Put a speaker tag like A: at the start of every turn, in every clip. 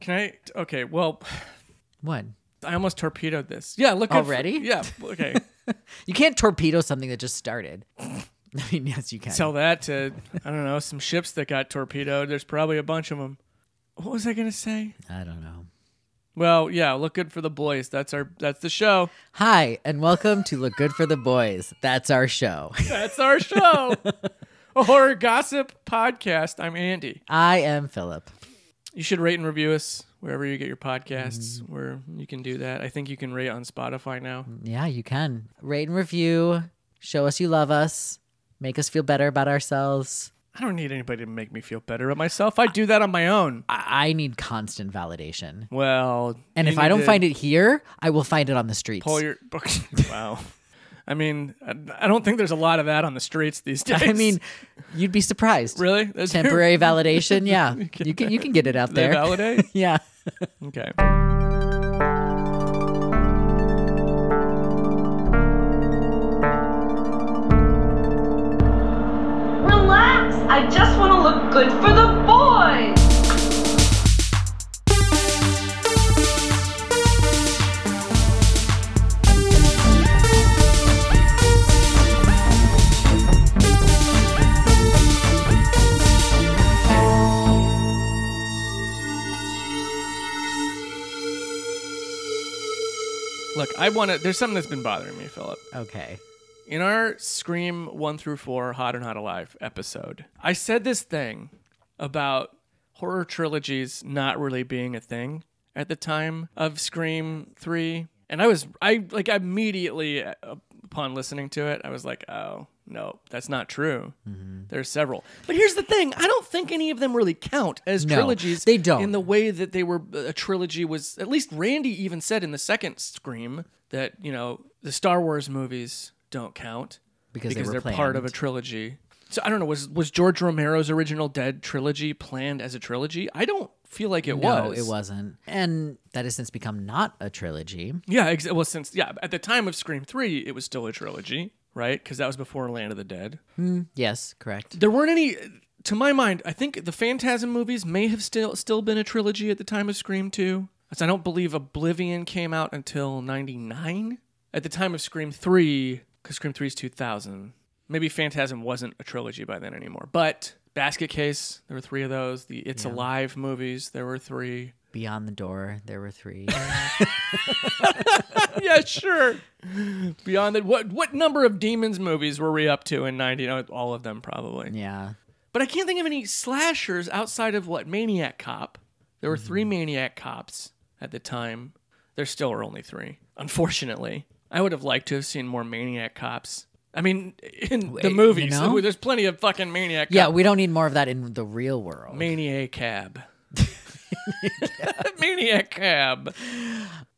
A: Can I? Okay. Well,
B: What?
A: I almost torpedoed this. Yeah. Look good for-
B: Already?
A: yeah. Okay.
B: You can't torpedo something that just started. I mean, yes, you can.
A: Tell that to I don't know some ships that got torpedoed. There's probably a bunch of them. What was I gonna say?
B: I don't know.
A: Well, yeah. Look good for the boys. That's our. That's the show.
B: Hi, and welcome to Look Good for the Boys. That's our show.
A: That's our show. a horror gossip podcast. I'm Andy.
B: I am Philip.
A: You should rate and review us wherever you get your podcasts.
B: Mm.
A: Where you can do that. I think you can rate on Spotify now.
B: Yeah, you can. Rate and review. Show us you love us. Make us feel better about ourselves.
A: I don't need anybody to make me feel better about myself. I do that on my own.
B: I, I need constant validation.
A: Well,
B: And
A: you
B: if I
A: need
B: don't
A: to
B: find it here, I will find it on the streets.
A: pull your wow. I mean, I- I don't think there's a lot of that on the streets these days.
B: I mean, you'd be surprised.
A: really, That's
B: Temporary validation, yeah. you can you can get it out
A: They
B: there.
A: validate.
B: yeah.
A: Okay.
C: Relax, I just want to look good for the boys.
A: Look, I want to. There's something that's been bothering me, Philip.
B: Okay.
A: In our Scream 1 through 4 Hot and Hot Alive episode, I said this thing about horror trilogies not really being a thing at the time of Scream 3. And I was, I like immediately uh, upon listening to it, I was like, oh, no, that's not true.
B: Mm-hmm.
A: There's several. But here's the thing I don't think any of them really count as
B: No,
A: trilogies
B: they don't.
A: in the way that they were a trilogy was at least Randy even said in the second Scream that you know the Star Wars movies don't count
B: Because they were
A: are part of a
B: planned.
A: trilogy. So I don't know was was George Romero's original Dead trilogy planned as a trilogy? I don't feel like it
B: No,
A: was.
B: it wasn't. And that has since become not a trilogy.
A: Yeah, ex- well since yeah, at the time of Scream 3 it was still a trilogy, right? Cuz that was before Land of the Dead.
B: Yes, correct.
A: There weren't any to my mind, I think the Phantasm movies may have still still been a trilogy at the time of Scream 2. As I don't believe Oblivion came out until 99 at the time of Scream 3 cuz Scream 3 is 2000. Maybe Phantasm wasn't a trilogy by then anymore. But Basket Case, there were 3 of those. The It's Alive movies, there were 3.
B: Beyond the Door, there were three.
A: yeah, sure. Beyond that, what what number of demons movies were we up to in 90? No, All of them probably.
B: yeah.
A: But I can't think of any slashers outside of what Maniac Cop. There were
B: Mm-hmm.
A: three Maniac Cops at the time. There still are only three, unfortunately. I would have liked to have seen more Maniac Cops. I mean, in the
B: you
A: movies,
B: know?
A: there's plenty of fucking Maniac.
B: Yeah,
A: Cop.
B: we don't need more of that in the real world.
A: Maniac Cab. Maniac Cab.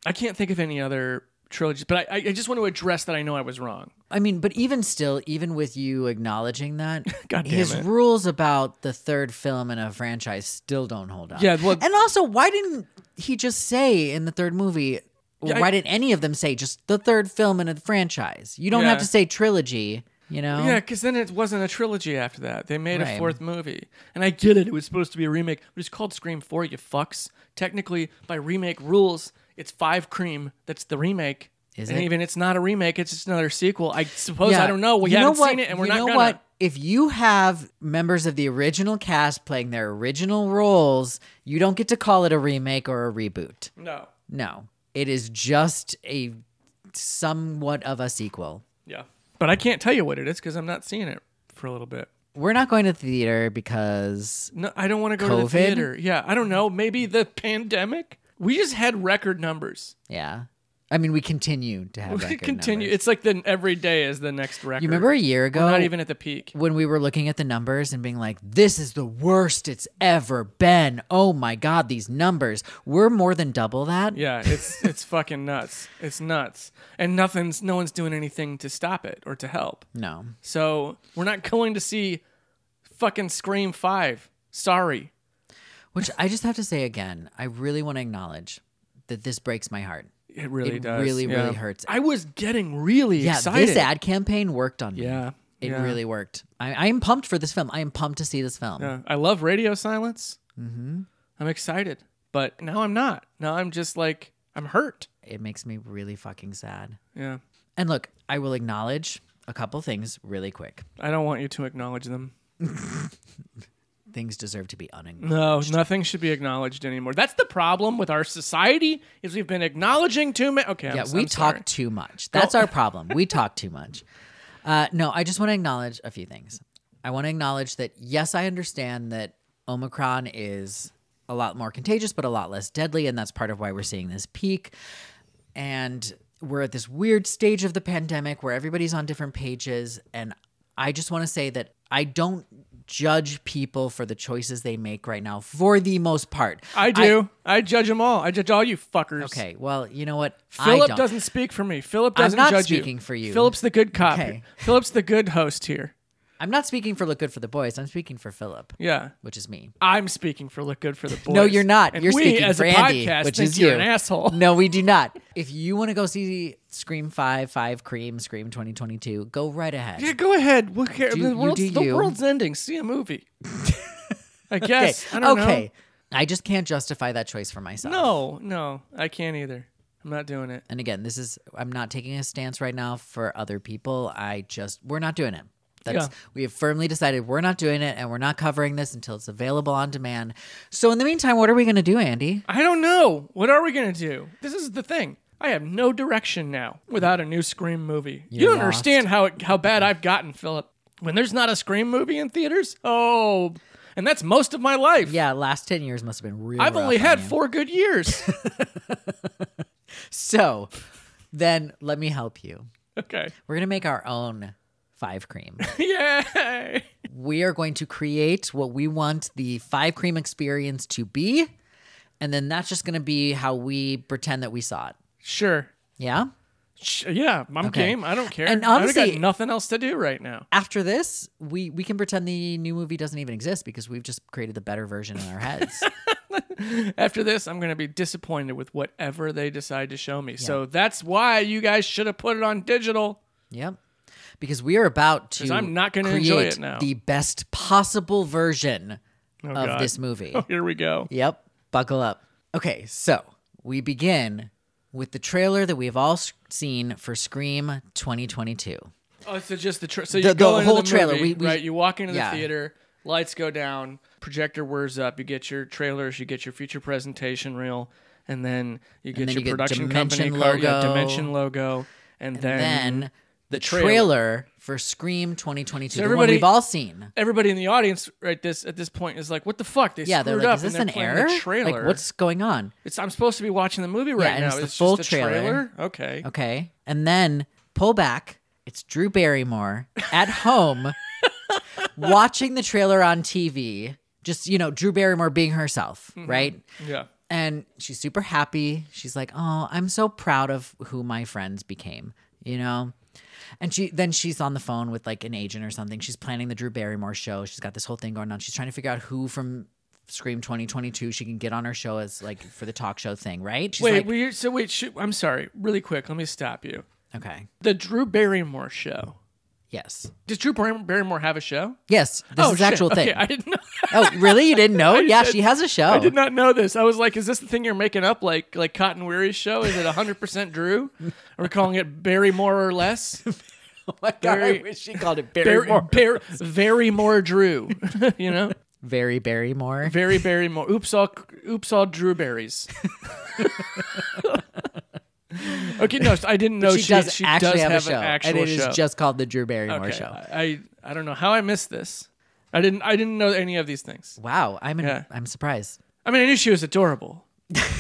A: I can't think of any other trilogies, but I, I just want to address that I know I was wrong.
B: I mean, but even still, even with you acknowledging that,
A: God damn
B: his
A: it.
B: rules about the third film in a franchise still don't hold up.
A: Yeah, well-
B: and also, why didn't he just say in the third movie? or
A: Yeah, I-
B: why didn't any of them say just the third film in a franchise? You don't
A: Yeah.
B: have to say trilogy. You know?
A: Yeah, because then it wasn't a trilogy after that. They made a
B: Right.
A: fourth movie. And I get it. It was supposed to be a remake, but it's called Scream 4, you fucks. Technically, by remake rules, it's Five Cream that's the remake.
B: Is
A: and
B: it?
A: even it's not a remake, it's just another sequel. I suppose, I don't know. We
B: You
A: haven't
B: what?
A: seen it and we're
B: you
A: not
B: know
A: gonna.
B: what? If you have members of the original cast playing their original roles, you don't get to call it a remake or a reboot.
A: No.
B: No, it is just a somewhat of a sequel.
A: Yeah. But I can't tell you what it is because I'm not seeing it for a little bit.
B: We're not going to the theater because
A: No, I don't want to go to the
B: COVID?
A: theater. Yeah, I don't know. Maybe the pandemic? We just had record numbers.
B: yeah. I mean, we continue to have
A: We
B: record
A: continue.
B: numbers.
A: It's like the every day is the next record.
B: You remember a year ago,
A: Not even at the peak.
B: when we were looking at the numbers and being like, "This is the worst it's ever been." Oh my god, these numbers! We're more than double that.
A: Yeah, it's it's fucking nuts. It's nuts, and nothing's no one's doing anything to stop it or to help.
B: No,
A: So we're not going to see fucking Scream Five. Sorry.
B: Which I just have to say again, I really want to acknowledge that this breaks my heart.
A: It really
B: It
A: does.
B: really,
A: yeah.
B: really hurts.
A: I was getting really
B: Yeah,
A: excited.
B: this ad campaign worked on me.
A: Yeah,
B: It
A: yeah.
B: really worked. I, I am pumped for this film. I am pumped to see this film.
A: Yeah, I love radio silence. Mm-hmm. I'm excited, But now I'm not. Now I'm just like, I'm hurt.
B: It makes me really fucking sad.
A: Yeah.
B: And look, I will acknowledge a couple things really quick.
A: I don't want you to acknowledge them.
B: Things deserve to be unacknowledged.
A: No, nothing should be acknowledged anymore. That's the problem with our society is we've been acknowledging too much. Okay,
B: Yeah,
A: I'm,
B: we
A: I'm
B: talk
A: sorry.
B: too much. That's our problem. We talk too much. Uh, no, I just want to acknowledge a few things. I want to acknowledge that, yes, I understand that Omicron is a lot more contagious, but a lot less deadly. And that's part of why we're seeing this peak. And we're at this weird stage of the pandemic where everybody's on different pages. And I just want to say that I don't judge people for the choices they make right now for the most part.
A: I do. I, judge them all. I judge all you fuckers.
B: Okay, well, you know what? I
A: Philip
B: don't.
A: doesn't speak for me. Philip
B: I'm
A: doesn't
B: not
A: judge
B: speaking for you.
A: Philip's the good cop.
B: Okay.
A: here. Philip's the good host here.
B: I'm not speaking for look good for the boys. I'm speaking for Philip,
A: Yeah.
B: which is me.
A: I'm speaking for look good for the boys.
B: No, you're not.
A: And
B: you're
A: we,
B: speaking
A: as
B: for
A: a
B: Andy,
A: podcast,
B: which
A: think
B: is
A: you're
B: you.
A: an asshole.
B: No, we do not. If you want to go see Scream Five, Five Cream, Scream 2022, go right ahead.
A: Yeah, go ahead. We'll care.
B: Do-
A: the
B: you
A: world's,
B: do
A: the
B: you.
A: world's ending. See a movie. I
B: okay.
A: guess. I don't
B: okay. I just can't justify that choice for myself.
A: know. No, no, I can't either. I'm not doing it.
B: And again, this is I'm not taking a stance right now for other people. I just we're not doing it. That's
A: Yeah.
B: we have firmly decided we're not doing it and we're not covering this until it's available on demand. So in the meantime, what are we gonna do, Andy?
A: I don't know. What are we gonna do? This is the thing. I have no direction now without a new Scream movie. you
B: You're
A: don't
B: lost.
A: understand how it, how bad I've gotten, Philip. When there's not a Scream movie in theaters, oh, and that's most of my life.
B: Yeah, last ten years must have been real.
A: I've
B: rough
A: only
B: on
A: had
B: you.
A: four good years.
B: So then let me help you.
A: okay.
B: We're going to make our own five cream.
A: Yay.
B: we are going to create what we want the five cream experience to be. And then that's just going to be how we pretend that we saw it.
A: Sure.
B: Yeah.
A: Sh- Yeah, I'm game. I don't care.
B: And
A: I've
B: honestly-
A: got nothing else to do right now.
B: After this, we, we can pretend the new movie doesn't even exist because we've just created the better version in our heads.
A: After this, I'm going to be disappointed with whatever they decide to show me. So that's why you guys should have put it on digital.
B: yep. Because we are about to
A: I'm not gonna enjoy
B: create
A: it now.
B: the best possible version
A: Oh,
B: of
A: God. Oh,
B: this movie.
A: Here we go.
B: Yep. Buckle up. Okay, so we begin with the trailer that we have all s- seen for Scream 2022.
A: Oh, so just the tra- so you
B: The-
A: go
B: the
A: into
B: whole
A: the
B: trailer.
A: movie,
B: We- we-
A: right? You walk into the
B: yeah.
A: theater, lights go down, projector whirs up. You get your trailers, you get your feature presentation reel, and then you get
B: then
A: your
B: you get
A: production
B: Dimension
A: company card, yeah,
B: logo.
A: dimension logo, and, then,
B: Then the trailer,
A: trailer.
B: for Scream 2022,
A: So
B: the one
A: everybody-
B: we've all seen.
A: everybody in the audience right this at this point is like, "What the fuck? They
B: Yeah, they're
A: screwed
B: like,
A: up."
B: is this
A: and
B: an
A: they're playing
B: error?
A: The trailer.
B: Like, what's going on?
A: It's I'm supposed to be watching the movie right
B: and
A: now.
B: it's the
A: just
B: full
A: a
B: trailer.
A: Okay.
B: Okay. And then pull back. It's Drew Barrymore at home watching the trailer on TV. Just, you know, Drew Barrymore being herself,
A: Mm-hmm.
B: right?
A: Yeah.
B: and she's super happy. She's like, "Oh, I'm so proud of who my friends became," you know. And she then she's on the phone with like an agent or something. She's planning the Drew Barrymore show. She's got this whole thing going on. She's trying to figure out who from Scream 2022 she can get on her show as like for the talk show thing, right? She's
A: Wait,
B: like,
A: we, so wait, shoot, I'm sorry. Really quick, let me stop you.
B: okay,
A: The Drew Barrymore show.
B: yes,
A: Does Drew Bar- Barrymore have a show?
B: yes, this
A: oh,
B: is
A: shit.
B: actual thing.
A: Okay, I didn't know.
B: oh, really? You didn't know? yeah,
A: did-
B: she has a show.
A: I did not know this. I was like, is this the thing you're making up like like Cotton Weary's show? Is it 100% Drew? Are we calling it Barrymore or less?
B: Oh my god,
A: Barry-
B: I wish she called it
A: Bar-
B: Barrymore.
A: Bar- very more Drew, you know?
B: Very Barrymore.
A: Very Barrymore. Oops all oops all Drewberries. okay, no, I didn't know
B: she, does actually
A: does
B: have,
A: have
B: a show,
A: an actual
B: and it is
A: show.
B: just called the Drew Barrymore
A: okay.
B: show.
A: I, I I don't know how I missed this. I didn't I didn't know any of these things.
B: Wow, I'm in,
A: Yeah.
B: I'm surprised.
A: I mean, I knew she was adorable.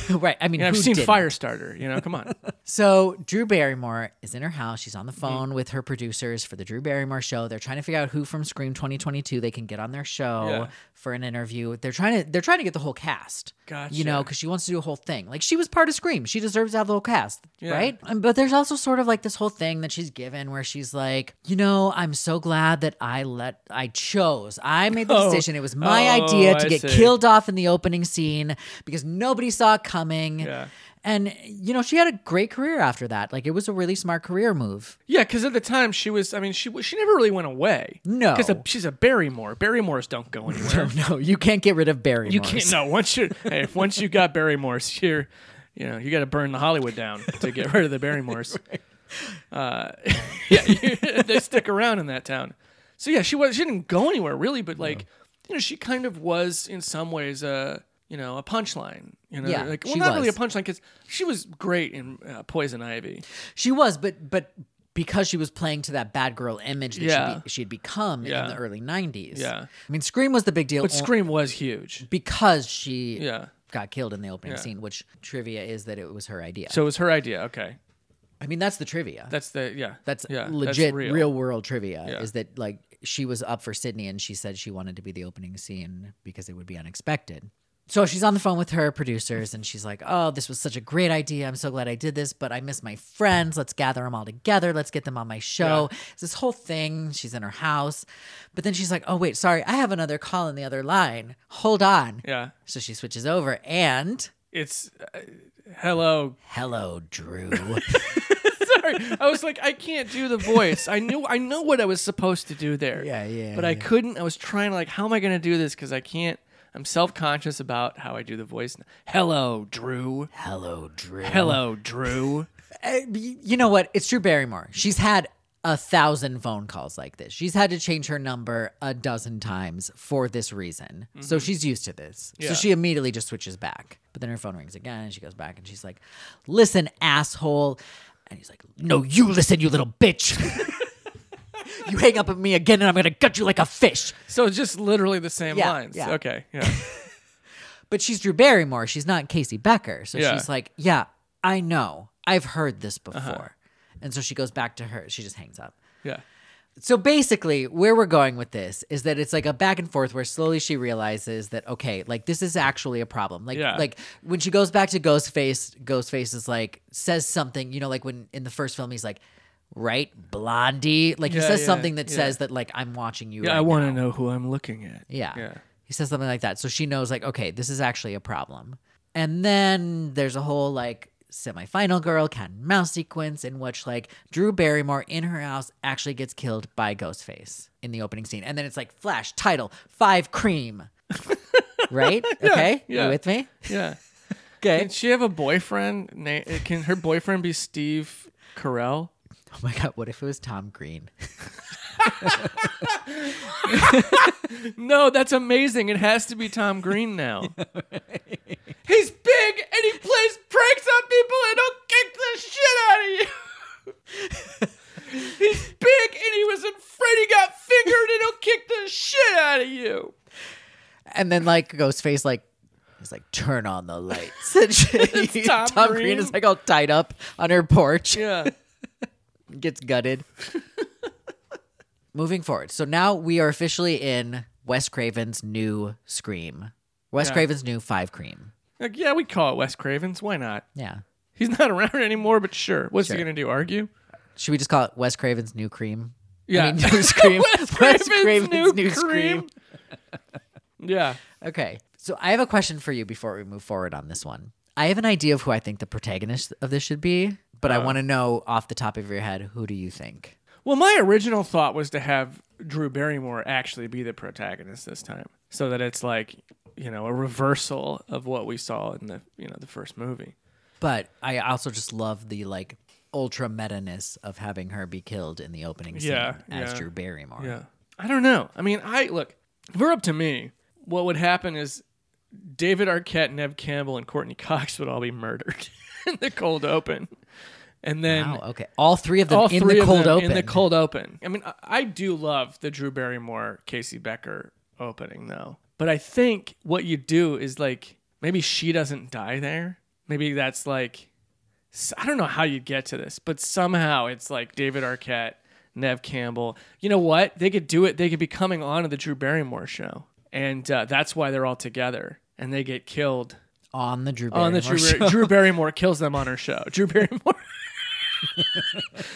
B: right, I mean,
A: And I've
B: who
A: seen
B: didn't?
A: Firestarter. You know, come on.
B: So Drew Barrymore is in her house. She's on
A: Mm-hmm.
B: the phone with her producers for the Drew Barrymore show. They're trying to figure out who from Scream 2022 they can get on their show
A: Yeah.
B: for an interview. They're trying to they're trying to get the whole cast. You know,
A: Gotcha.
B: because she wants to do a whole thing. Like she was part of Scream. She deserves to have the whole cast,
A: Yeah.
B: right? Um, But there's also sort of like this whole thing that she's given where she's like, you know, I'm so glad that I let I chose. I made the
A: Oh.
B: decision. It was my
A: Oh,
B: idea to
A: I
B: get
A: see.
B: killed off in the opening scene because nobody saw coming.
A: Yeah.
B: And you know, she had a great career after that. Like it was a really smart career move.
A: Yeah, because at the time she was. I mean, she w- she never really went away.
B: No.
A: because she's a Barrymore. Barrymores don't go anywhere.
B: No, you can't get rid of Barry.
A: you can't. No, once you hey, if once you got Barrymores, you're you know you got to burn the Hollywood down to get rid of the Barrymores. Uh, yeah, you- they stick around in that town. So yeah, she was she didn't go anywhere really, but like you know she kind of was in some ways a you know a punchline. You know,
B: Yeah,
A: like well
B: she
A: not really a
B: was.
A: punchline because she was great in uh, Poison Ivy.
B: She was, but but because she was playing to that bad girl image that
A: Yeah.
B: she, be, she had become
A: Yeah.
B: in the early '90s.
A: Yeah.
B: I mean, Scream was the big deal
A: But
B: on-
A: Scream was huge.
B: because she
A: Yeah.
B: got killed in the opening scene. Which trivia is that it was her idea.
A: So it was her idea. Okay.
B: I mean, that's the trivia.
A: That's the yeah.
B: that's
A: yeah,
B: legit
A: real.
B: real. world trivia.
A: Yeah.
B: Is that like she was up for Sydney and she said she wanted to be the opening scene because it would be unexpected. So she's on the phone with her producers and she's like, "Oh, this was such a great idea. I'm so glad I did this, but I miss my friends. Let's gather them all together. Let's get them on my show." It's this whole thing. She's in her house, but then she's like, "Oh wait, sorry, I have another call on the other line. Hold on."
A: Yeah.
B: So she switches over and
A: It's uh, hello.
B: hello, Drew.
A: Sorry. I was like I can't do the voice. I knew I know what I was supposed to do there.
B: Yeah, yeah,
A: But I couldn't. I was trying to like how am I going to do this cuz I can't I'm self-conscious about how I do the voice. now. Hello, Drew.
B: hello, Drew.
A: Hello, Drew.
B: Uh, y- you know what? It's Drew Barrymore. She's had a thousand phone calls like this. She's had to change her number a dozen times for this reason. So she's used to this.
A: Mm-hmm. Yeah.
B: So she immediately just switches back. But then her phone rings again and she goes back and she's like, listen, asshole. And he's like, no, you listen, you little bitch. you hang up at me again and I'm going to gut you like a fish.
A: So it's just literally the same
B: Yeah,
A: lines.
B: yeah.
A: Okay. Yeah.
B: But she's Drew Barrymore. She's not Casey Becker. So
A: Yeah. Uh-huh.
B: she's like, yeah, I know. I've heard this before. And so she goes back to her. She just hangs up.
A: Yeah.
B: So basically, where we're going with this is that it's like a back and forth where slowly she realizes that okay, like this is actually a problem. Like
A: Yeah.
B: like when she goes back to Ghostface, Ghostface is like says something, you know, like when in the first film he's like, "Right, Blondie," like he
A: Yeah,
B: says
A: yeah,
B: something that
A: yeah.
B: says that like I'm watching you.
A: Yeah,
B: right
A: I want
B: now.
A: to know who I'm looking at.
B: Yeah.
A: Yeah.
B: He says something like that. So she knows, like, okay, this is actually a problem. And then there's a whole like semifinal girl cat and mouse sequence in which like Drew Barrymore in her house actually gets killed by Ghostface in the opening scene. And then it's like flash title five cream. right? okay.
A: yeah.
B: You with me?
A: Yeah.
B: Okay.
A: Can she have a boyfriend? Na- Can her boyfriend be Steve Carell?
B: Oh my god, what if it was Tom Green?
A: No, that's amazing. It has to be Tom Green now. He's big and he plays pranks on people and he'll kick the shit out of you. He's big and he was afraid he got fingered and he'll kick the shit out of you.
B: and then like Ghostface like He's like, turn on the lights. And she,
A: Tom
B: Tom, Green.
A: Green.
B: is like all tied up on her porch.
A: Yeah.
B: gets gutted. Moving forward. So now we are officially in Wes Craven's new Scream. Wes
A: Yeah.
B: Craven's new Five Cream.
A: Like, yeah, we call it Wes Cravens. Why not?
B: Yeah.
A: He's not around anymore, but sure. What's he
B: Sure.
A: going to do? Argue?
B: Should we just call it Wes Craven's new cream?
A: Yeah.
B: I mean, new Scream.
A: Wes Craven's, new, cream. yeah.
B: Okay. So I have a question for you before we move forward on this one. I have an idea of who I think the protagonist of this should be, but
A: Uh.
B: I want to know off the top of your head, who do you think?
A: Well, my original thought was to have Drew Barrymore actually be the protagonist this time, so that it's like you know a reversal of what we saw in the you know the first movie.
B: But I also just love the like ultra meta ness of having her be killed in the opening scene
A: Yeah,
B: as
A: yeah.
B: Drew Barrymore.
A: Yeah, I don't know. I mean, I look. If we're up to me, what would happen is David Arquette, Nev Campbell, and Courtney Cox would all be murdered in the cold open, and then
B: Wow. Oh, Okay. All three of them
A: all
B: in
A: three
B: the
A: of
B: cold
A: them
B: open.
A: in the cold open. I mean, I, I do love the Drew Barrymore, Casey Becker opening though. But I think what you do is like maybe she doesn't die there. Maybe that's like s- I don't know how you get to this, but somehow it's like David Arquette, Nev Campbell. You know what? They could do it. They could be coming on to the Drew Barrymore show, and uh, that's why they're all together and they get killed
B: on the Drew Barrymore.
A: on the Drew,
B: show.
A: Drew Barrymore kills them on her show. Drew Barrymore.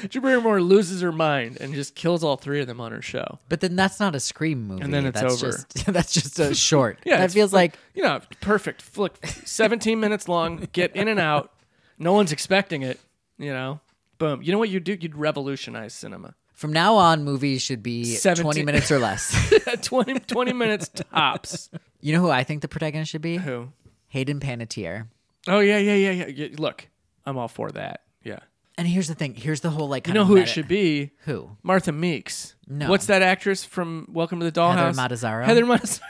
A: Jabari Moore loses her mind and just kills all three of them on her show.
B: But then that's not a scream movie.
A: And then it's
B: that's
A: over.
B: Just, that's just a short.
A: Yeah,
B: that
A: it's
B: feels like
A: You know, perfect flick, 17 minutes long, get in and out. No one's expecting it, you know. Boom. You know what you'd do? You'd revolutionize cinema.
B: from now on, movies should be 20
A: Seventeen-
B: minutes or less.
A: 20, 20 minutes tops.
B: you know who I think the protagonist should be?
A: Who?
B: Hayden Panettiere.
A: Oh, yeah, yeah, yeah, yeah, yeah. Look, I'm all for that. Yeah.
B: And here's the thing. Here's the whole like.
A: You
B: Kind
A: know
B: of
A: who it
B: meta-
A: should be?
B: Who?
A: Martha Meeks.
B: No.
A: What's that actress from Welcome to the Dollhouse?
B: Matarazzo?
A: Heather Matarazzo.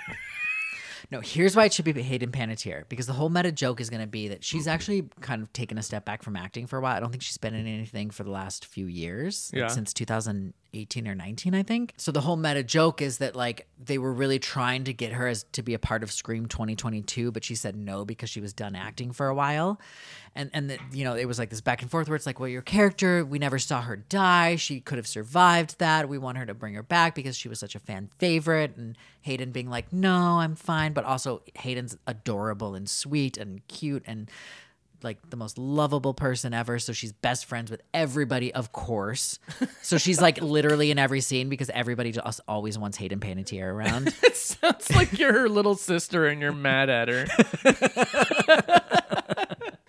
B: No, here's why it should be Hayden Panettiere because the whole meta joke is going to be that she's actually kind of taken a step back from acting for a while. I don't think she's been in anything for the last few years, like,
A: Yeah.
B: since 2018 or 19, I think. So the whole meta joke is that like they were really trying to get her as to be a part of Scream 2022, but she said no because she was done acting for a while, and and that you know it was like this back and forth where it's like, well, your character, we never saw her die. She could have survived that. We want her to bring her back because she was such a fan favorite, and Hayden being like, no, I'm fine, but also Hayden's adorable and sweet and cute and like the most lovable person ever. So she's best friends with everybody, of course. So she's like literally in every scene because everybody just always wants Hayden Panettiere around.
A: It sounds like you're her little sister and you're mad at her.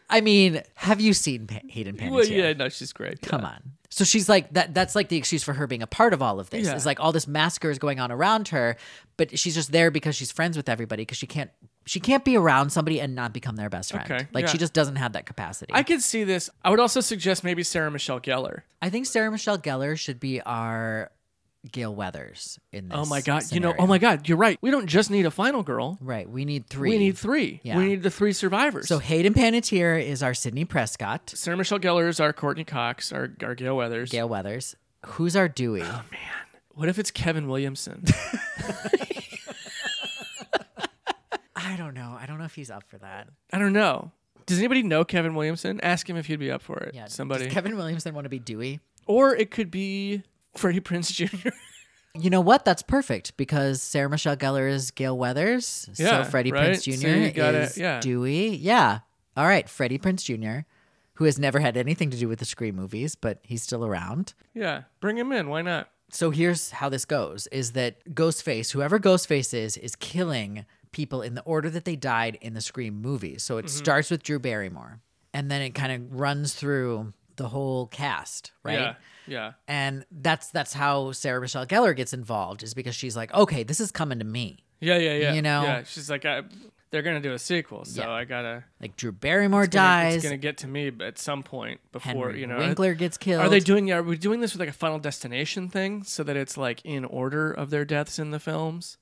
B: I mean, have you seen pa- Hayden Panettiere?
A: well, yeah, no, she's great.
B: Come on. So she's like that. That's like the excuse for her being a part of all of this.
A: Yeah.
B: It's like all this massacre is going on around her, but she's just there because she's friends with everybody because she can't she can't be around somebody and not become their best friend.
A: Okay,
B: Like
A: yeah.
B: she just doesn't have that capacity.
A: I could see this. I would also suggest maybe Sarah Michelle Gellar.
B: I think Sarah Michelle Gellar should be our Gail Weathers in this.
A: Oh my god! You know,
B: scenario.
A: oh my god, you're right. We don't just need a final girl.
B: Right. We need three.
A: We need three.
B: Yeah.
A: We need the three survivors.
B: So Hayden Panettiere is our Sydney Prescott,
A: Sarah Michelle Gellar is our Courtney Cox, our, our Gail Weathers.
B: Gail Weathers. Who's our Dewey?
A: Oh, What if it's Kevin Williamson?
B: I don't know. I don't know if he's up for that.
A: I don't know. Does anybody know Kevin Williamson? Ask him if he'd be up for it. Somebody.
B: Does Kevin Williamson want to be Dewey?
A: or it could be Freddie Prince Jr.
B: You know what? That's perfect because Sarah Michelle Gellar is Gail Weathers.
A: Yeah,
B: so Freddie
A: right?
B: Prince
A: So
B: Jr.
A: you gotta-
B: is
A: yeah.
B: Dewey. Yeah. All right. Freddie Prince Jr., who has never had anything to do with the Scream movies, but he's still around.
A: yeah, bring him in. Why not?
B: So here's how this goes is that Ghostface, whoever Ghostface is, is killing people in the order that they died in the Scream movies. So
A: Mm-hmm.
B: it starts with Drew Barrymore and then it kind of runs through the whole cast, right?
A: Yeah. Yeah.
B: And that's that's how Sarah Michelle Gellar gets involved is because she's like, "Okay, this is coming to me."
A: Yeah. Yeah. Yeah.
B: You know?
A: Yeah. She's like, I, they're gonna do a sequel, so
B: Yeah.
A: I gotta.
B: Like Drew Barrymore
A: it's gonna-
B: dies,
A: It's gonna get to me at some point before
B: Henry
A: you know.
B: Winkler gets killed.
A: Are they doing? Are we doing this with like a Final Destination thing, so that it's like in order of their deaths in the films?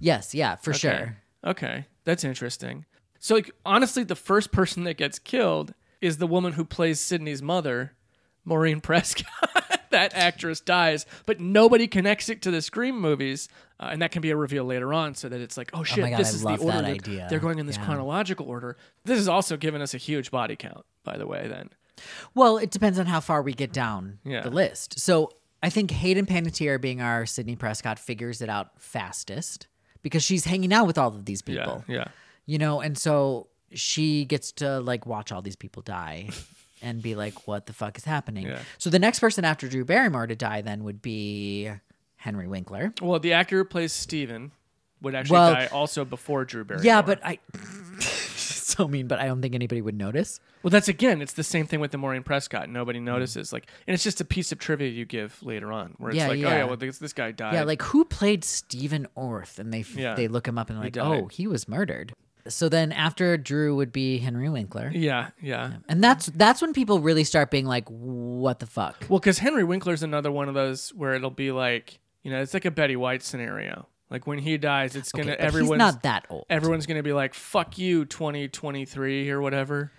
B: Yes, yeah, for
A: Okay.
B: sure.
A: Okay, that's interesting. So, like, honestly, the first person that gets killed is the woman who plays Sydney's mother, Maureen Prescott. that actress dies, but nobody connects it to the Scream movies, uh, and that can be a reveal later on, so that it's like, oh shit,
B: God,
A: this
B: I
A: is
B: love
A: the order
B: that
A: they're-
B: idea.
A: They're going in this
B: Yeah.
A: chronological order. This is also giving us a huge body count, by the way. Then,
B: Well, it depends on how far we get down
A: Yeah.
B: the list. So I think Hayden Panettiere being our Sydney Prescott figures it out fastest because she's hanging out with all of these
A: yeah,
B: people,
A: yeah.
B: you know, and so she gets to like watch all these people die and be like, what the fuck is happening?
A: Yeah.
B: So the next person after Drew Barrymore to die then would be Henry Winkler.
A: Well, the actor who plays Steven would actually
B: Well-
A: die also before Drew Barrymore.
B: Yeah, but I. so mean, but I don't think anybody would notice.
A: Well, that's again, it's the same thing with the Maureen Prescott. Nobody
B: Mm.
A: notices. Like, and it's just a piece of trivia you give later on, where it's
B: Yeah,
A: like, oh
B: yeah.
A: yeah, well this, this guy died.
B: Yeah, like who played Stephen Orth? And they f-
A: Yeah.
B: they look him up and like,
A: died.
B: oh, he was murdered. So then after Drew would be Henry Winkler,
A: yeah, yeah.
B: and that's that's when people really start being like, what the fuck?
A: Well, because Henry Winkler's another one of those where it'll be like, you know, it's like a Betty White scenario. Like when he dies, it's gonna
B: Okay, but he's
A: everyone's
B: not that old.
A: everyone's gonna be like, fuck you, twenty twenty three or whatever.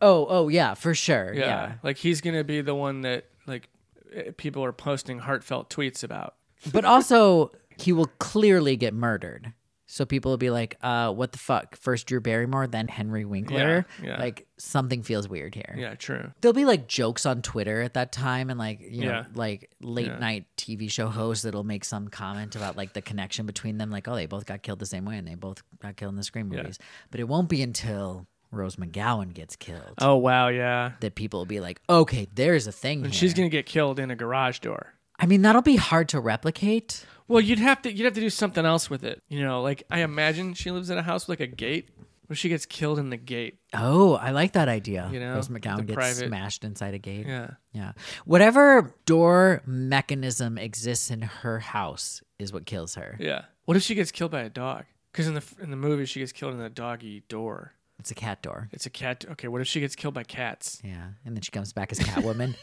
B: oh, oh yeah, for sure.
A: Yeah.
B: Yeah.
A: like he's gonna be the one that like eh, people are posting heartfelt tweets about.
B: but also he will clearly get murdered. So people will be like, uh, what the fuck? First Drew Barrymore, then Henry Winkler.
A: Yeah, yeah.
B: Like something feels weird here.
A: Yeah, true.
B: there'll be like jokes on Twitter at that time and like you know
A: Yeah.
B: like late night TV show hosts that'll make some comment about like the connection between them like oh they both got killed the same way and they both got killed in the Scream movies but it won't be until Rose McGowan gets killed,
A: Oh wow, yeah.
B: that people will be like, okay, there's a thing
A: And
B: here.
A: she's gonna get killed in a garage door.
B: I mean, that'll be hard to replicate.
A: Well, you'd have to you'd have to do something else with it. You know, like I imagine she lives in a house with like a gate where she gets killed in the gate.
B: Oh, I like that idea.
A: You know,
B: Rose
A: the
B: McGowan gets
A: private-
B: smashed inside a gate.
A: Yeah.
B: Yeah. Whatever door mechanism exists in her house is what kills her.
A: Yeah. What if she gets killed by a dog? Because in the in the movie she gets killed in the doggy door.
B: It's a cat door.
A: It's a cat. Okay, what if she gets killed by cats?
B: Yeah. And then she comes back as Catwoman.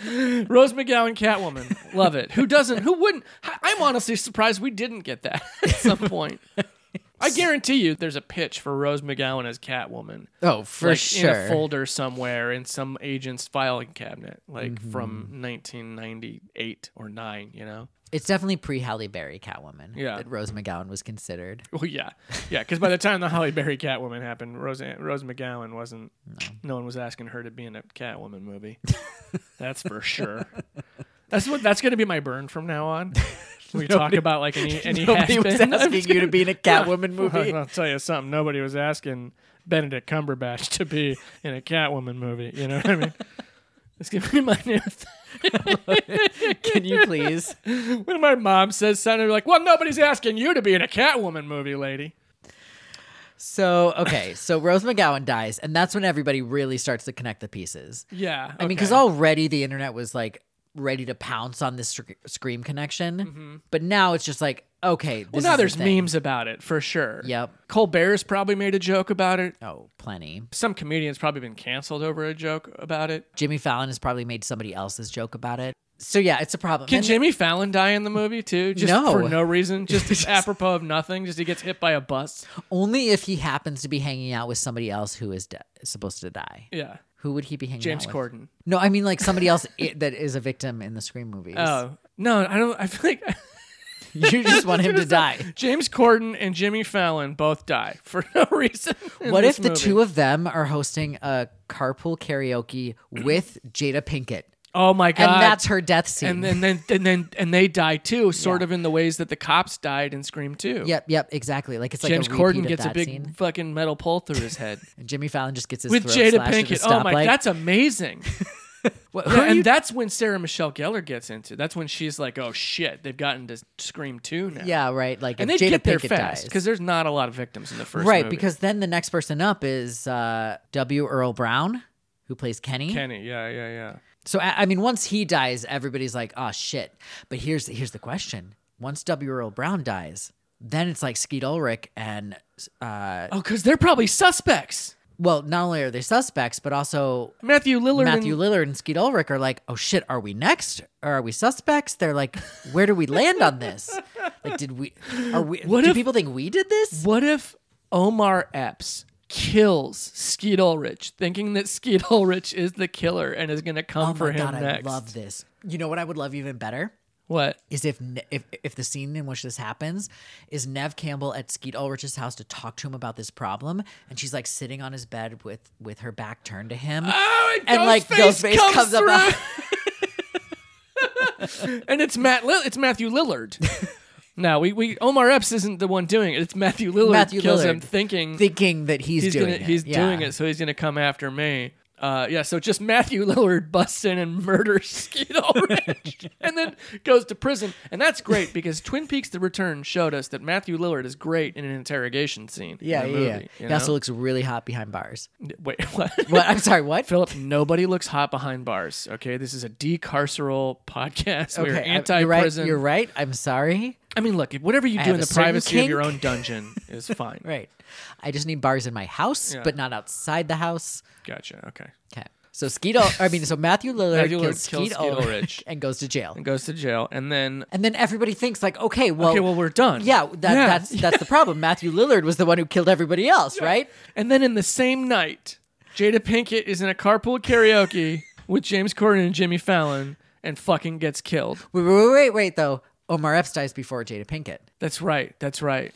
A: Rose McGowan, Catwoman, love it. Who doesn't? Who wouldn't? I- I'm honestly surprised we didn't get that at some point. I guarantee you, there's a pitch for Rose McGowan as Catwoman.
B: oh, for
A: like,
B: sure.
A: in a folder somewhere in some agent's filing cabinet, like
B: Mm-hmm.
A: from 1998 or nine. You know?
B: it's definitely pre Halle Berry Catwoman
A: Yeah.
B: that Rose McGowan was considered.
A: Well, yeah, yeah. Because by the time the Holly Berry Catwoman happened, Rose Rose McGowan wasn't. No. one was asking her to be in a Catwoman movie. that's for sure. That's what. That's going to be my burn from now on. We talk about like any any
B: Nobody was
A: has-been.
B: asking you to be in a Catwoman movie.
A: I'll tell you something. Nobody was asking Benedict Cumberbatch to be in a Catwoman movie. You know what I mean? It's gonna be my new. Thing.
B: Can you please?
A: When my mom says something, I'm like, "Well, nobody's asking you to be in a Catwoman movie, lady."
B: So, okay. So Rose McGowan dies, and that's when everybody really starts to connect the pieces.
A: Yeah,
B: I mean, because already the internet was like ready to pounce on this sc- Scream connection, but now it's just like, okay. This
A: Mm-hmm. Well,
B: is
A: now
B: the
A: there's
B: thing.
A: memes about it for sure.
B: Yep.
A: Colbert's probably made a joke about it.
B: Oh, plenty.
A: Some comedian's probably been canceled over a joke about it.
B: Jimmy Fallon has probably made somebody else's joke about it. So yeah, it's a problem.
A: Can
B: And-
A: Jimmy Fallon die in the movie too? Just
B: No.
A: for no reason, just apropos of nothing. Just he gets hit by a bus.
B: only if he happens to be hanging out with somebody else who is de- supposed to die.
A: Yeah,
B: Who would he be hanging
A: James
B: out with?
A: Corden.
B: No, I mean like somebody else i- that is a victim in the Scream movies.
A: Oh no, I don't. I feel like
B: You just want him to die.
A: James Corden and Jimmy Fallon both die for no reason. in
B: What if
A: this
B: the
A: movie.
B: two of them are hosting a carpool karaoke with Jada Pinkett?
A: Oh my
B: And
A: god!
B: that's her death
A: And
B: scene.
A: then, then and then and they die too, sort of in the ways that the cops died in Scream Two.
B: Yep, yep, exactly. Like it's like
A: James
B: a repeat
A: Corden
B: of
A: gets a
B: that
A: big
B: scene.
A: fucking metal pole through his head
B: And Jimmy Fallon just gets his
A: with
B: throat
A: Jada
B: slashed at the
A: Pinkett. Oh my,
B: stoplight.
A: that's amazing.
B: What-
A: Yeah,
B: who are
A: and
B: you-
A: that's when Sarah Michelle Gellar gets into. That's when she's like, "Oh shit, they've gotten to Scream two now."
B: yeah, right. Like
A: and they
B: if Jada
A: get there
B: Pinkett
A: fast
B: dies.
A: because there's not a lot of victims in the first
B: right
A: movie.
B: because then the next person up is uh, w earl brown who plays kenny
A: Kenny, yeah, yeah, yeah.
B: so I, I mean once he dies everybody's like oh shit but here's here's the question once w earl brown dies then it's like skeet ulrich and uh,
A: Oh, because they're probably suspects.
B: well not only are they suspects but also
A: Matthew Lillard.
B: Matthew
A: and,
B: Lillard and Skeet Ulrich are like, oh shit, are we next? Or are we suspects? They're like, where do we land on this? Like, did we, are we,
A: What
B: do
A: if-
B: people think we did this?
A: what if Omar Epps kills Skeet Ulrich, thinking that Skeet Ulrich is the killer and is going to come
B: Oh
A: for
B: my
A: him
B: God,
A: next?
B: I love this. You know what I would love even better?
A: what?
B: is if Ne- if if the scene in which this happens is Nev Campbell at Skeet Ulrich's house to talk to him about this problem, and she's like sitting on his bed with with her back turned to him,
A: Oh, and,
B: and like Ghostface comes, up.
A: through. and it's Matt. Lill it's Matthew Lillard. no, we, we Omar Epps isn't the one doing it. It's Matthew Lillard.
B: Matthew
A: kills him
B: Lillard.
A: thinking
B: thinking that he's,
A: he's
B: doing
A: gonna
B: it.
A: he's
B: Yeah.
A: doing it, so he's gonna come after me. Uh, yeah, so just Matthew Lillard busts in and murders Skeet Ulrich, and then goes to prison, and that's great because Twin Peaks: The Return showed us that Matthew Lillard is great in an interrogation scene. in
B: Yeah,
A: the
B: yeah, yeah.
A: movie, you
B: He also
A: know?
B: looks really hot behind bars.
A: wait, what?
B: What? I'm sorry. What?
A: Philip, nobody looks hot behind bars. Okay, this is a decarceral podcast. We're
B: I- You're right.
A: anti-prison.
B: You're right. I'm sorry.
A: I mean, look, if- whatever you
B: I
A: do
B: have
A: in
B: a
A: the
B: certain
A: privacy of your
B: kink.
A: own dungeon is fine.
B: Right. I just need bars in my house,
A: Yeah.
B: but not outside the house.
A: Gotcha. Okay,
B: Okay. So Skeet. Ul- I mean, so Matthew Lillard,
A: Matthew Lillard
B: kills,
A: kills
B: Skeet,
A: Skeet
B: Ulrich,
A: Ulrich.
B: and goes to jail.
A: and goes to jail, and then
B: And then everybody thinks like, okay, well,
A: okay, well, we're done.
B: yeah, that, that's that's the problem. Matthew Lillard was the one who killed everybody else, right?
A: And then in the same night, Jada Pinkett is in a carpool karaoke with James Corden and Jimmy Fallon, and fucking gets killed.
B: Wait, wait, wait, wait, wait, though. Omar Epps dies before Jada Pinkett.
A: That's right. That's right.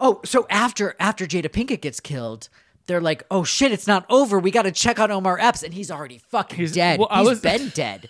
B: Oh, so after after Jada Pinkett gets killed, they're like, oh shit, it's not over. We got to check on Omar Epps, and he's already fucking
A: He's-
B: dead.
A: well, I
B: he's
A: was-
B: been dead.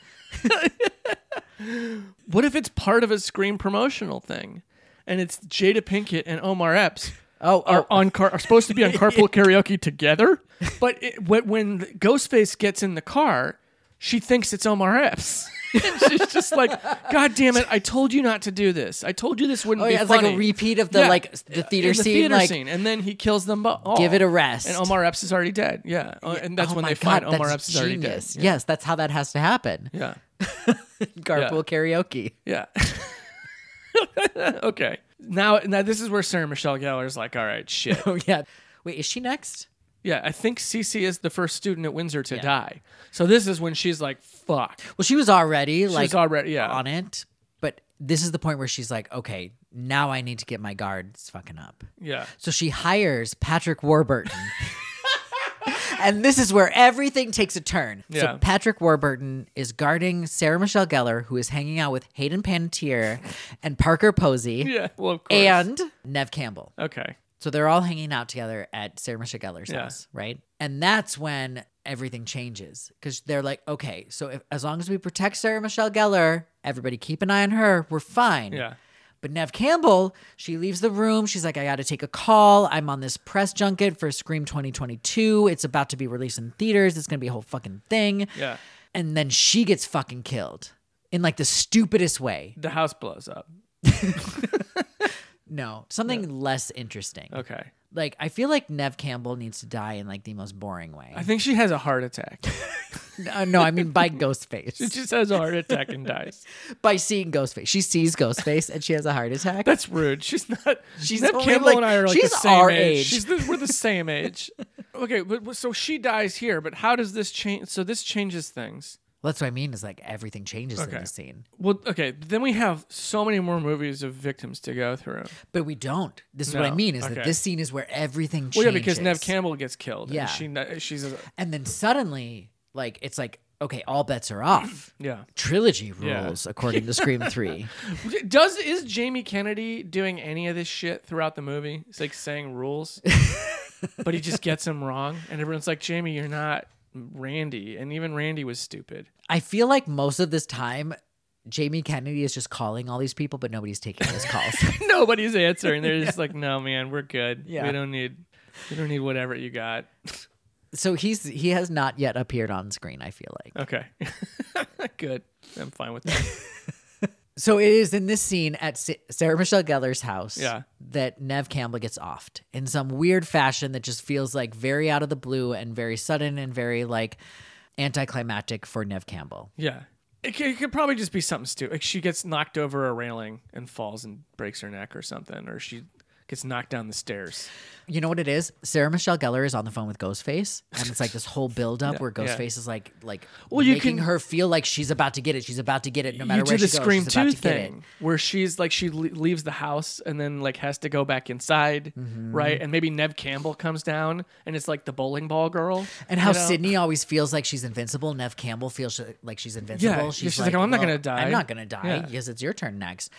A: What if it's part of a Scream promotional thing? And it's Jada Pinkett and Omar Epps
B: Oh,
A: are
B: oh,
A: on car are supposed to be on carpool karaoke together, but it, when, when Ghostface gets in the car, she thinks it's Omar Epps. and she's just like, "God damn it! I told you not to do this. I told you this wouldn't
B: oh
A: be
B: yeah, it's
A: funny."
B: like a repeat of the
A: Yeah.
B: like s- the theater
A: in the
B: scene.
A: theater
B: like,
A: scene, and then he kills them bo- all.
B: Give it a rest.
A: And Omar Epps is already dead. Yeah, Uh, and that's
B: oh
A: when
B: my
A: they
B: God,
A: find Omar
B: that's
A: Epps is already dead.
B: genius. Yes, that's how that has to happen.
A: Yeah,
B: Carpool karaoke.
A: yeah. okay. Now, now this is where Sarah Michelle Gellar is like, "All right, shit."
B: Oh yeah. Wait, is she next?
A: Yeah, I think Cece is the first student at Windsor to die. So this is when she's like, "Fuck."
B: Well, she was already
A: She's
B: like
A: already yeah.
B: on it, but this is the point where she's like, okay, now I need to get my guards fucking up.
A: Yeah.
B: So she hires Patrick Warburton. and this is where everything takes a turn.
A: Yeah.
B: So Patrick Warburton is guarding Sarah Michelle Gellar, who is hanging out with Hayden Panettiere and Parker Posey
A: Yeah. Well, of course.
B: and Nev Campbell.
A: okay.
B: So they're all hanging out together at Sarah Michelle Gellar's
A: Yeah.
B: house, right? And that's when everything changes because they're like, okay, so if, as long as we protect Sarah Michelle Gellar, everybody keep an eye on her, we're fine.
A: Yeah.
B: But Nev Campbell, she leaves the room. She's like, I got to take a call. I'm on this press junket for Scream 2022. It's about to be released in theaters. It's going to be a whole fucking thing.
A: Yeah.
B: And then she gets fucking killed in like the stupidest way.
A: The house blows up.
B: No, something less interesting.
A: Okay.
B: Like, I feel like Nev Campbell needs to die in like the most boring way.
A: I think she has a heart attack.
B: Uh, no, I mean by
A: she
B: Ghostface.
A: just has a heart attack and dies.
B: by seeing Ghostface. She sees Ghostface and she has a heart attack.
A: That's rude. She's not.
B: She's
A: Neve
B: only,
A: Campbell
B: like-
A: and I are like
B: she's
A: the same
B: our age.
A: She's the, we're the same age. Okay, but but- so she dies here. But how does this change? So this changes things.
B: That's what I mean is like everything changes
A: Okay.
B: in this scene.
A: Well, okay. Then we have so many more movies of victims to go through.
B: But we don't. This is what I
A: No.
B: mean is
A: Okay.
B: that this scene is where everything changes.
A: Well, yeah, because Nev Campbell gets killed.
B: Yeah.
A: And she she's a,
B: And then suddenly, like, it's like, okay, all bets are off.
A: yeah.
B: Trilogy
A: Yeah.
B: rules, according to Scream 3.
A: Does is Jamie Kennedy doing any of this shit throughout the movie? It's like saying rules, but he just gets them wrong, and everyone's like, "Jamie, you're not Randy," and even Randy was stupid.
B: I feel like most of this time, Jamie Kennedy is just calling all these people, but nobody's taking his calls.
A: Nobody's answering. They're just like, "No, man, we're good.
B: Yeah.
A: We don't need, we don't need whatever you got."
B: so he's he has not yet appeared on screen, I feel like.
A: Okay, good. I'm fine with that.
B: So it is in this scene at Sa- Sarah Michelle Gellar's house
A: Yeah.
B: that Nev Campbell gets offed in some weird fashion that just feels like very out of the blue and very sudden and very like anticlimactic for Nev Campbell.
A: Yeah. It could, it could probably just be something stupid. Like she gets knocked over a railing and falls and breaks her neck or something, or she gets knocked down the stairs.
B: You know what it is? Sarah Michelle Gellar is on the phone with Ghostface, and it's like this whole build up where
A: yeah.
B: Ghostface is like, like,
A: Well, you
B: making
A: can-
B: her feel like she's about to get it. She's about to get it, no matter
A: you
B: where
A: do the
B: she goes.
A: Scream
B: she's
A: 2
B: about to get it.
A: thing where she's like she le- leaves the house and then like has to go back inside,
B: Mm-hmm.
A: right? And maybe Nev Campbell comes down and it's like the bowling ball girl.
B: And how
A: you know?
B: Sydney always feels like she's invincible. Nev Campbell feels sh- like she's invincible.
A: Yeah, she's like, "Oh, I'm not
B: "Well,
A: gonna die."
B: I'm not going to die
A: Yeah.
B: because it's your turn next.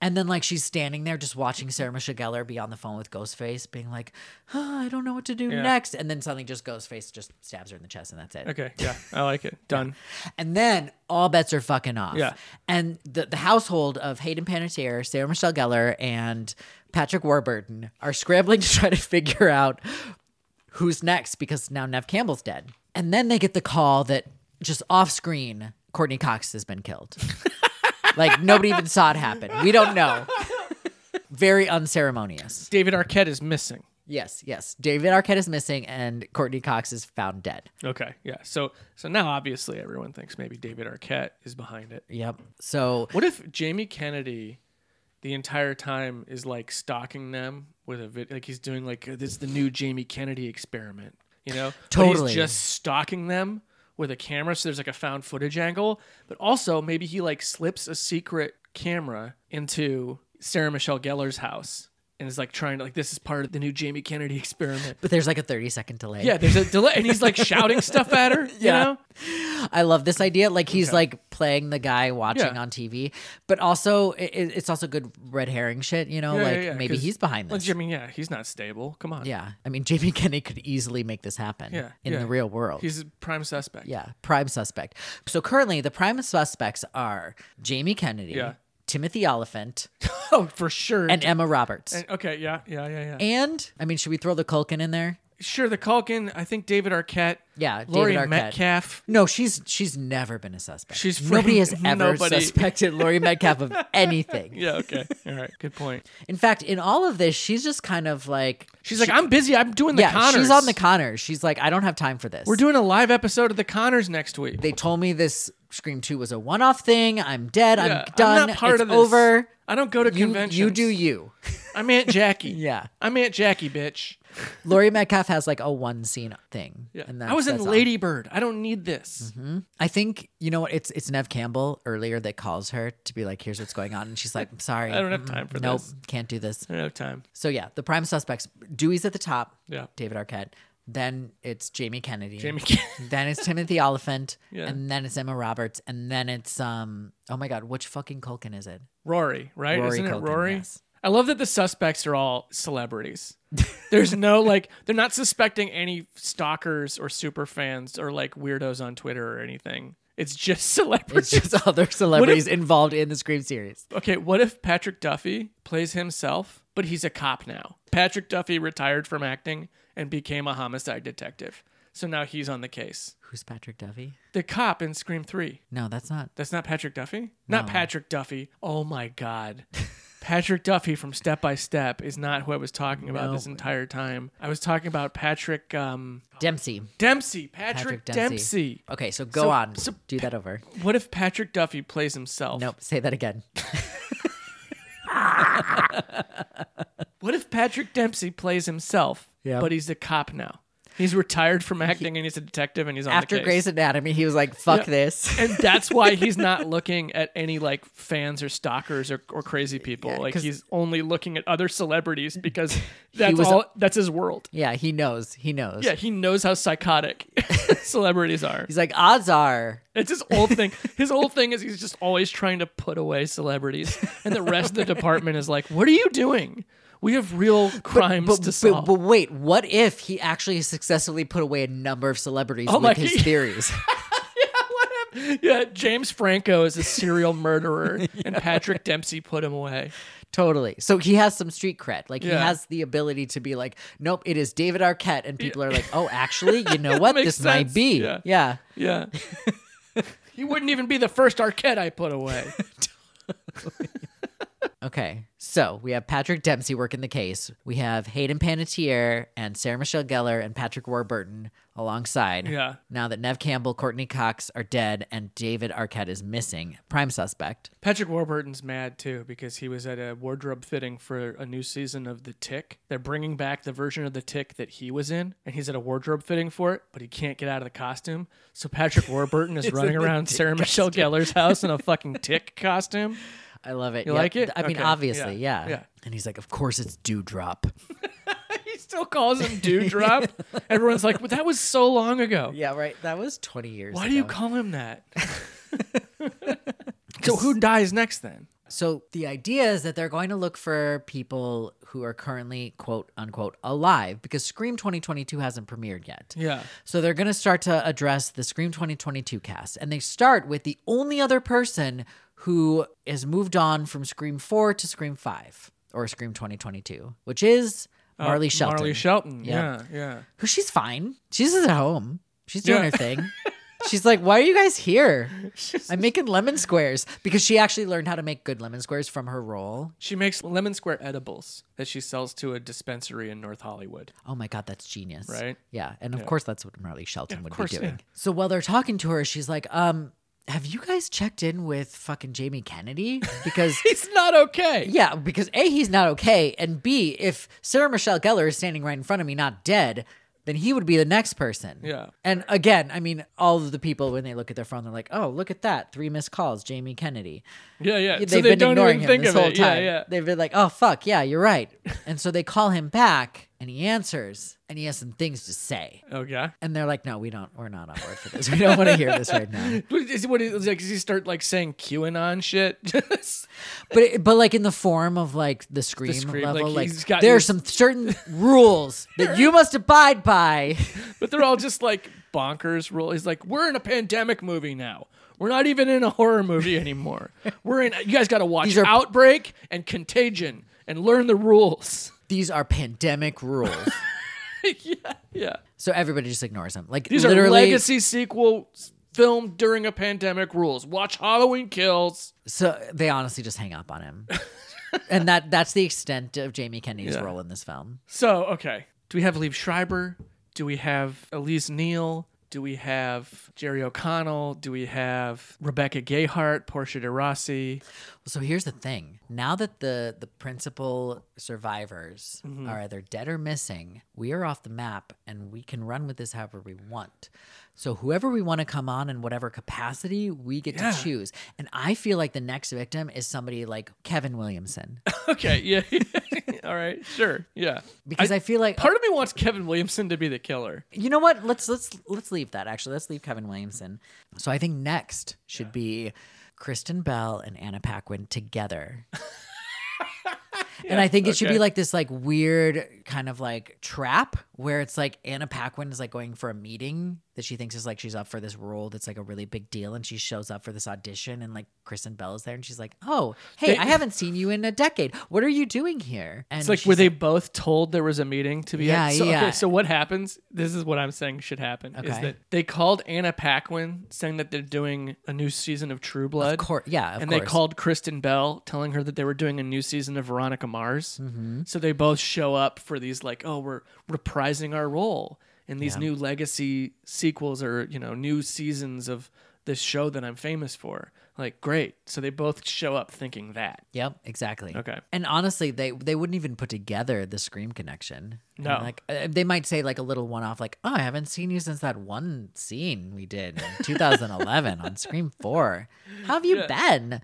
B: And then, like, she's standing there just watching Sarah Michelle Gellar be on the phone with Ghostface, being like, oh, I don't know what to do next. And then suddenly, just Ghostface just stabs her in the chest, and that's it.
A: Okay, yeah, I like it. Done.
B: And then all bets are fucking off.
A: Yeah.
B: And the, the household of Hayden Panettiere, Sarah Michelle Gellar, and Patrick Warburton are scrambling to try to figure out who's next because now Nev Campbell's dead. And then they get the call that just off screen, Courtney Cox has been killed. like nobody even saw it happen. We don't know. Very unceremonious.
A: David Arquette is missing.
B: Yes, yes. David Arquette is missing and Courtney Cox is found dead.
A: Okay, yeah. So so now obviously everyone thinks maybe David Arquette is behind it.
B: Yep. So
A: What if Jamie Kennedy, the entire time, is like stalking them with a video? Like he's doing like this is the new Jamie Kennedy experiment, you know? But
B: Totally.
A: he's just stalking them with a camera, so there's like a found footage angle. But also maybe he like slips a secret camera into Sarah Michelle Gellar's house and is like trying to like this is part of the new Jamie Kennedy experiment.
B: but there's like a 30 second delay.
A: Yeah, there's a delay, and he's like shouting stuff at her. You
B: Yeah.
A: know?
B: I love this idea. Like he's like playing the guy watching
A: Yeah.
B: on TV, but also it, it- it's also good red herring shit. You know,
A: Yeah,
B: like
A: yeah, yeah,
B: maybe
A: 'cause-
B: he's behind
A: Well,
B: this.
A: I mean, yeah, he's not stable. Come on.
B: yeah, I mean, Jamie Kennedy could easily make this happen
A: Yeah,
B: in
A: yeah.
B: the real world.
A: He's a prime suspect.
B: yeah, prime suspect. So currently, the prime suspects are Jamie Kennedy,
A: Yeah.
B: Timothy Oliphant
A: Oh, for sure.
B: and Emma Roberts. And,
A: okay, yeah, yeah, yeah, yeah.
B: I mean, should we throw the Culkin in there?
A: sure, the Culkin. I think David Arquette.
B: Yeah,
A: Laurie
B: David Arquette.
A: Metcalf.
B: No, she's she's never been a suspect.
A: She's
B: nobody
A: free-
B: has ever
A: nobody.
B: suspected Laurie Metcalf of anything.
A: Yeah. Okay. All right. Good point.
B: In fact, in all of this, she's just kind of like
A: She's like, I'm busy. I'm doing the
B: yeah,
A: Connors.
B: she's on the Connors. She's like, I don't have time for this.
A: We're doing a live episode of the Connors next week.
B: they told me this Scream Two was a one-off thing. I'm dead.
A: Yeah,
B: I'm done.
A: not part
B: it's
A: of this.
B: over.
A: I don't go to
B: You,
A: conventions.
B: you do you.
A: I'm Aunt Jackie.
B: Yeah.
A: I'm Aunt Jackie, bitch.
B: Laurie Metcalf has like a one scene thing.
A: Yeah.
B: And
A: I was in
B: that's all. Mm-hmm.
A: Ladybird. I don't need this.
B: I think you know what it's it's Nev Campbell earlier that calls her to be like, here's what's going on, and she's like, I'm sorry,
A: I don't have
B: mm-mm,
A: time for
B: nope,
A: this."
B: can't do this.
A: I don't have time.
B: So yeah, the prime suspects: Dewey's at the top,
A: Yeah.
B: David Arquette. Then it's Jamie Kennedy.
A: Jamie Ken-
B: then it's Timothy Oliphant,
A: Yeah.
B: and then it's Emma Roberts, and then it's um oh my god, which fucking Culkin is it?
A: Rory, right?
B: Rory
A: Isn't it
B: Culkin,
A: Rory?
B: yes.
A: I love that the suspects are all celebrities. There's no like they're not suspecting any stalkers or super fans or like weirdos on Twitter or anything. It's just
B: It's
A: celebrities.
B: just other celebrities involved in the Scream series.
A: Okay, what if Patrick Duffy plays himself, but he's a cop now? Patrick Duffy retired from acting and became a homicide detective. So now he's on the case.
B: Who's Patrick Duffy?
A: The cop in Scream 3.
B: No, that's not.
A: That's not Patrick Duffy? Not Patrick Duffy. Oh my God. Patrick Duffy from Step by Step is not who I was talking about
B: No.
A: this entire time. I was talking about Patrick um,
B: Dempsey.
A: Dempsey. Patrick,
B: Patrick
A: Dempsey.
B: Dempsey. Okay, so go
A: So-
B: on.
A: so-
B: Do that over.
A: What if Patrick Duffy plays himself?
B: Nope, say that again.
A: What if Patrick Dempsey plays himself,
B: Yeah.
A: but he's a cop now? He's retired from acting and he's a detective and he's on
B: After
A: the case.
B: Grey's Anatomy, he was like, fuck this.
A: and that's why he's not looking at any like fans or stalkers or, or crazy people.
B: Yeah,
A: like
B: 'cause-
A: he's only looking at other celebrities because that's
B: was-
A: all that's his world.
B: Yeah, he knows. He knows.
A: Yeah, he knows how psychotic celebrities are.
B: He's like, odds are.
A: It's his old thing. His old thing is he's just always trying to put away celebrities, and the rest of the department is like, "What are you doing? We have real crimes
B: But,
A: to
B: but,
A: solve."
B: but wait, what if he actually successfully put away a number of celebrities
A: Oh my
B: with his
A: God.
B: theories?
A: yeah, James Franco is a serial murderer, and Patrick Dempsey put him away.
B: totally. So he has some street cred. Like he
A: Yeah.
B: has the ability to be like, nope, it is David Arquette. And people are like, oh, actually, you know what?
A: Makes
B: this might
A: sense.
B: be.
A: Yeah.
B: yeah.
A: Yeah. he wouldn't even be the first Arquette I put away.
B: Okay, so we have Patrick Dempsey working the case. We have Hayden Panettiere and Sarah Michelle Gellar and Patrick Warburton alongside.
A: Yeah.
B: Now that Nev Campbell, Courtney Cox are dead, and David Arquette is missing, prime suspect.
A: Patrick Warburton's mad too because he was at a wardrobe fitting for a new season of The Tick. They're bringing back the version of The Tick that he was in, and he's at a wardrobe fitting for it, but he can't get out of the costume. So Patrick Warburton is running around Sarah Michelle Gellar's house in a fucking tick costume.
B: I love it.
A: You
B: Yep.
A: like it?
B: I mean,
A: Okay,
B: obviously,
A: yeah,
B: yeah.
A: yeah.
B: And he's like, of course it's Dewdrop.
A: He still calls him Dewdrop. Everyone's like, well, that was so long ago.
B: yeah, right. That was 20 years
A: Why do you call him that? so who dies next then?
B: So the idea is that they're going to look for people who are currently, quote unquote, alive because Scream 2022 hasn't premiered yet.
A: Yeah.
B: So they're going to start to address the Scream 2022 cast. And they start with the only other person who has moved on from Scream 4 to Scream 5 or Scream 2022, which is Marley Shelton.
A: Uh, Marley Shelton.
B: Yeah.
A: Yeah, yeah.
B: who she's fine. She's at home. She's doing
A: Yeah.
B: her thing. She's like, why are you guys here? I'm making lemon squares because she actually learned how to make good lemon squares from her role.
A: She makes lemon square edibles that she sells to a dispensary in North Hollywood.
B: Oh my God, that's genius.
A: Right?
B: Yeah. And of course, that's what Marley Shelton would
A: course,
B: be
A: yeah.
B: doing. So while they're talking to her, she's like, um, have you guys checked in with fucking Jamie Kennedy? Because,
A: He's not okay.
B: yeah, because A, he's not okay. And B, if Sarah Michelle Gellar is standing right in front of me, not dead, then he would be the next person.
A: Yeah.
B: And again, I mean, all of the people, when they look at their phone, they're like, oh, look at that. Three missed calls, Jamie Kennedy.
A: Yeah, yeah.
B: They've
A: so they
B: been
A: don't even
B: ignoring him
A: think
B: this
A: of
B: whole
A: it.
B: time.
A: Yeah, yeah.
B: They've been like, oh, fuck, yeah, you're right. And so they call him back and he answers and he has some things to say.
A: Oh yeah.
B: And they're like, no, we don't, we're not on board for this. We don't want to hear this right now.
A: What is what is like? Does he start like saying QAnon shit? Just-
B: But it, but like in the form of like the scream,
A: Scream,
B: level,
A: like,
B: like,
A: he's got
B: there are
A: your-
B: some certain rules that you must abide by.
A: but they're all just like bonkers. Rule. He's like, we're in a pandemic movie now. We're not even in a horror movie anymore. We're in. You guys got to watch
B: These are-
A: Outbreak and Contagion and learn the rules.
B: These are pandemic rules.
A: yeah, yeah.
B: So everybody just ignores them. Like
A: These
B: literally,
A: are legacy sequels filmed during a pandemic. Rules. Watch Halloween Kills.
B: so they honestly just hang up on him. and that that's the extent of Jamie Kennedy's
A: Yeah.
B: role in this film.
A: So okay, do we have Liev Schreiber? Do we have Elise Neal? Do we have Jerry O'Connell? Do we have Rebecca Gayhart, Portia de Rossi?
B: So here's the thing. Now that the the principal survivors are either dead or missing, we are off the map and we can run with this however we want. So whoever we want to come on in whatever capacity, we get
A: Yeah.
B: to choose. And I feel like the next victim is somebody like Kevin Williamson
A: Okay, yeah. All right, sure. Yeah.
B: because I, feel like
A: Part of me wants Kevin Williamson to be the killer.
B: you know what? Let's let's let's leave that actually. Let's leave Kevin Williamson. So I think next should be Kristen Bell and Anna Paquin together. and I think it should
A: okay.
B: be like this like weird kind of like trap where it's like Anna Paquin is like going for a meeting that she thinks is like she's up for this role that's like a really big deal and she shows up for this audition and like Kristen Bell is there and she's like, "Oh, hey,
A: They-
B: I haven't seen you in a decade. What are you doing here?" And
A: It's like
B: she's
A: were they both told there was a meeting to be
B: Yeah,
A: at? So,
B: yeah.
A: Okay, so what happens? This is what I'm saying should happen is
B: Okay.
A: that they called Anna Paquin saying that they're doing a new season of True Blood.
B: of course, yeah, of
A: and they
B: course.
A: called Kristen Bell, telling her that they were doing a new season of Veronica Mars.
B: Mm-hmm.
A: So they both show up for these, like, oh, we're reprising our role in these new legacy sequels or you know new seasons of this show that I'm famous for. Like, great. So they both show up thinking that.
B: Yep, exactly.
A: Okay.
B: And honestly, they they wouldn't even put together the Scream connection. And,
A: No.
B: Like uh, they might say like a little one off, like, "Oh, I haven't seen you since that one scene we did in 2011 on Scream Four. How have you been?"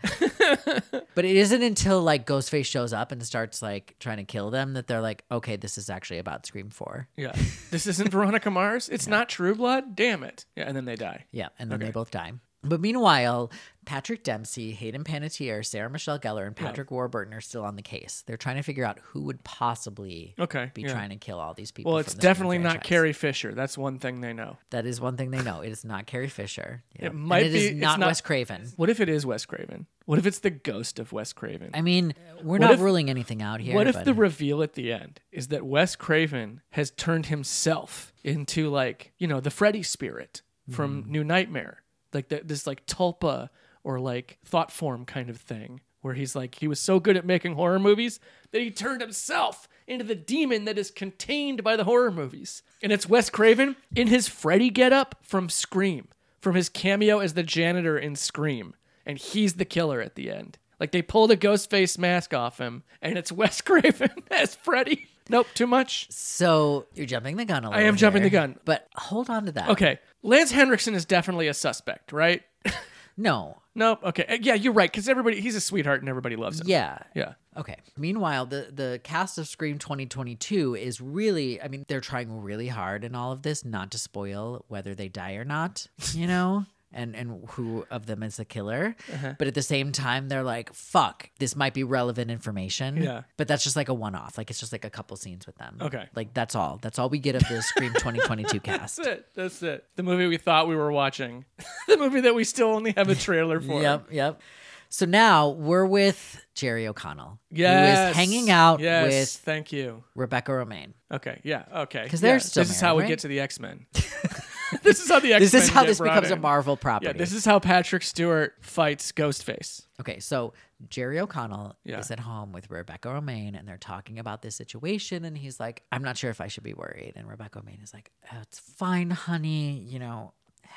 B: but it isn't until like Ghostface shows up and starts like trying to kill them that they're like, "Okay, this is actually about Scream 4.
A: Yeah, this isn't Veronica Mars. It's not True Blood. Damn it. Yeah, and then they die.
B: Yeah, and then they both die. But meanwhile, Patrick Dempsey, Hayden Panettiere, Sarah Michelle Gellar, and Patrick Warburton are still on the case. They're trying to figure out who would possibly
A: Okay,
B: be
A: yeah.
B: trying to kill all these people.
A: Well,
B: from
A: it's
B: the Scream
A: definitely not
B: franchise.
A: Carrie Fisher. That's one thing they know.
B: That is one thing they know. It is not Carrie Fisher. Yeah.
A: It
B: And
A: might
B: It is
A: be- it's
B: not,
A: not-
B: Wes Craven.
A: What if it is Wes Craven? What if it's the ghost of Wes Craven?
B: I mean, we're not
A: Uh, if-
B: ruling anything out here.
A: What if
B: but
A: the reveal at the end is that Wes Craven has turned himself into like you know the Freddy spirit from New Nightmare, like the, this like tulpa or like thought form kind of thing, where he's like he was so good at making horror movies that he turned himself into the demon that is contained by the horror movies, and it's Wes Craven in his Freddy getup from Scream, from his cameo as the janitor in Scream and he's the killer at the end. Like they pull the ghost face mask off him, and it's Wes Craven as Freddy. Nope, too much.
B: So you're jumping the gun a little
A: am jumping the
B: here,
A: gun.
B: But hold on to that.
A: Okay, Lance Henriksen is definitely a suspect, right?
B: No.
A: nope. Okay, Uh, yeah, you're right, because everybody he's a sweetheart and everybody loves him.
B: Yeah.
A: yeah.
B: Okay. Meanwhile, the the cast of Scream 2022 is really I mean, they're trying really hard in all of this not to spoil whether they die or not, you know? And, and who of them is the killer.
A: Uh-huh.
B: But at the same time, they're like, fuck, this might be relevant information.
A: Yeah.
B: But that's just like a one off. Like, it's just like a couple scenes with them.
A: Okay.
B: Like, that's all. That's all we get of the Scream 2022 cast.
A: That's it. That's it. The movie we thought we were watching, the movie that we still only have a trailer for.
B: Yep, yep. So now we're with Jerry O'Connell. Who
A: Yes.
B: is hanging out
A: Yes.
B: with
A: Thank you.
B: Rebecca Romaine.
A: Okay. Yeah. Okay.
B: 'Cause they're
A: Yeah,
B: still
A: This is how
B: married,
A: we
B: right?
A: get to the X Men. this is how the X Men.
B: This is how this becomes a Marvel property.
A: Yeah, this is how Patrick Stewart fights Ghostface.
B: Okay, so Jerry O'Connell
A: Yeah.
B: is at home with Rebecca Romaine and they're talking about this situation and he's like, I'm not sure if I should be worried. And Rebecca Romaine is like, oh, It's fine, honey. You know,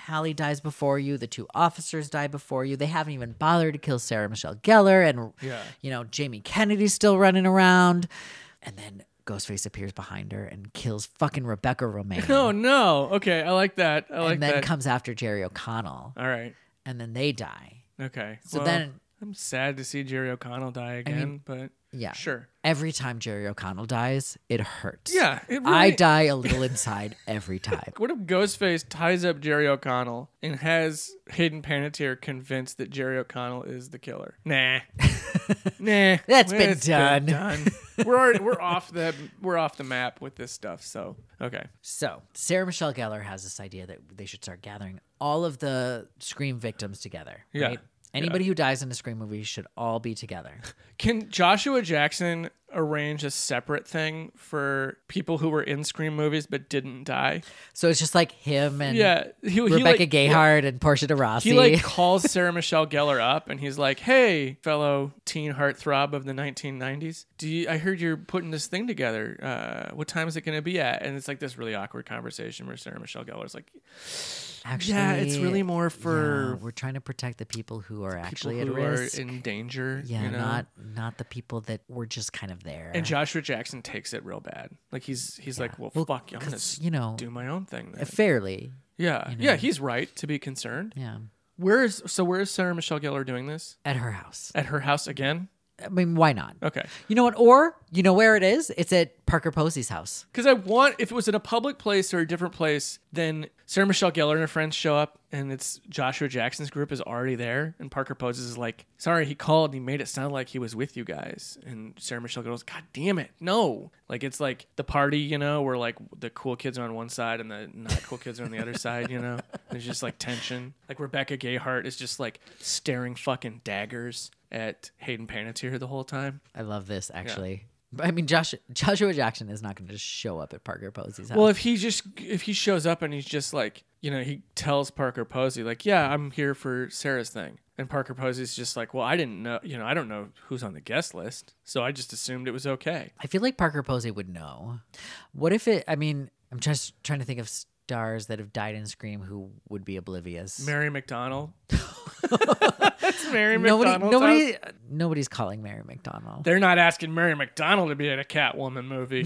B: Hallie dies before you, the two officers die before you. They haven't even bothered to kill Sarah Michelle Gellar and
A: Yeah.
B: you know, Jamie Kennedy's still running around. And then Ghostface appears behind her and kills fucking Rebecca Romaine.
A: Oh no. Okay, I like that. I like
B: Mm. and then
A: that.
B: comes after Jerry O'Connell.
A: All right.
B: And then they die.
A: Okay.
B: So
A: Well,
B: then
A: I'm sad to see Jerry O'Connell die again, but
B: Yeah.
A: Sure.
B: Every time Jerry O'Connell dies, it hurts.
A: Yeah, it
B: I
A: really-
B: die a little inside every time.
A: What if Ghostface ties up Jerry O'Connell and has Hayden Panettiere convinced that Jerry O'Connell is the killer? Nah, nah,
B: That's been
A: It's
B: done.
A: done. we're already, we're off the we're off the map with this stuff. So okay,
B: So, Sarah Michelle Gellar has this idea that they should start gathering all of the Scream victims together.
A: Yeah.
B: Right? Anybody who dies in a Scream movie should all be together.
A: can Joshua Jackson arrange a separate thing for people who were in Scream movies but didn't die?
B: So it's just like him and
A: Yeah, he, he, like-
B: Rebecca Gayhart and Portia de Rossi.
A: He like calls Sarah Michelle Gellar up and he's like, "Hey, fellow teen heartthrob of the 1990s, do you, I heard you're putting this thing together. Uh, what time is it going to be at?" And it's like this really awkward conversation where Sarah Michelle Gellar's like,
B: actually,
A: "Yeah, it's really more
B: yeah,
A: for
B: we're trying to protect the people who are
A: people
B: actually
A: who
B: at risk.
A: are in danger."
B: yeah,
A: you know?
B: not not the people that were just kind of there.
A: And Joshua Jackson takes it real bad. Like he's he's like, "Well,
B: Well,
A: fuck, I'm gonna
B: 'cause, you know,
A: do my own thing." Then.
B: fairly.
A: yeah, yeah, he's right to be concerned.
B: Yeah.
A: Where is so? Where is Sarah Michelle Gellar doing this?
B: At her house.
A: At her house again?
B: I mean, why not?
A: Okay.
B: You know what? Or you know where it is? It's at Parker Posey's house.
A: Because I want, if it was in a public place or a different place, then Sarah Michelle Gellar and her friends show up, and it's Joshua Jackson's group is already there, and Parker Poses is like, "Sorry, he called. and He made it sound like he was with you guys." And Sarah Michelle goes, "God damn it, no!" Like it's like the party, you know, where like the cool kids are on one side and the not cool kids are on the other side, you know. There's just like tension. Like Rebecca Gayhart is just like staring fucking daggers at Hayden Panettiere the whole time.
B: I love this actually. But I mean, Josh, Joshua Jackson is not going to just show up at Parker Posey's house.
A: Well, if he just if he shows up and he's just like, you know, he tells Parker Posey like, "Yeah, I'm here for Sarah's thing." And Parker Posey's just like, "Well, I didn't know, you know, I don't know who's on the guest list, so I just assumed it was okay."
B: I feel like Parker Posey would know. What if it? I mean, I'm just trying to think of stars that have died in Scream who would be oblivious.
A: Mary McDonald. That's Mary
B: nobody,
A: McDonald.
B: nobody, nobody's calling Mary McDonald.
A: They're not asking Mary McDonald to be in a Catwoman movie.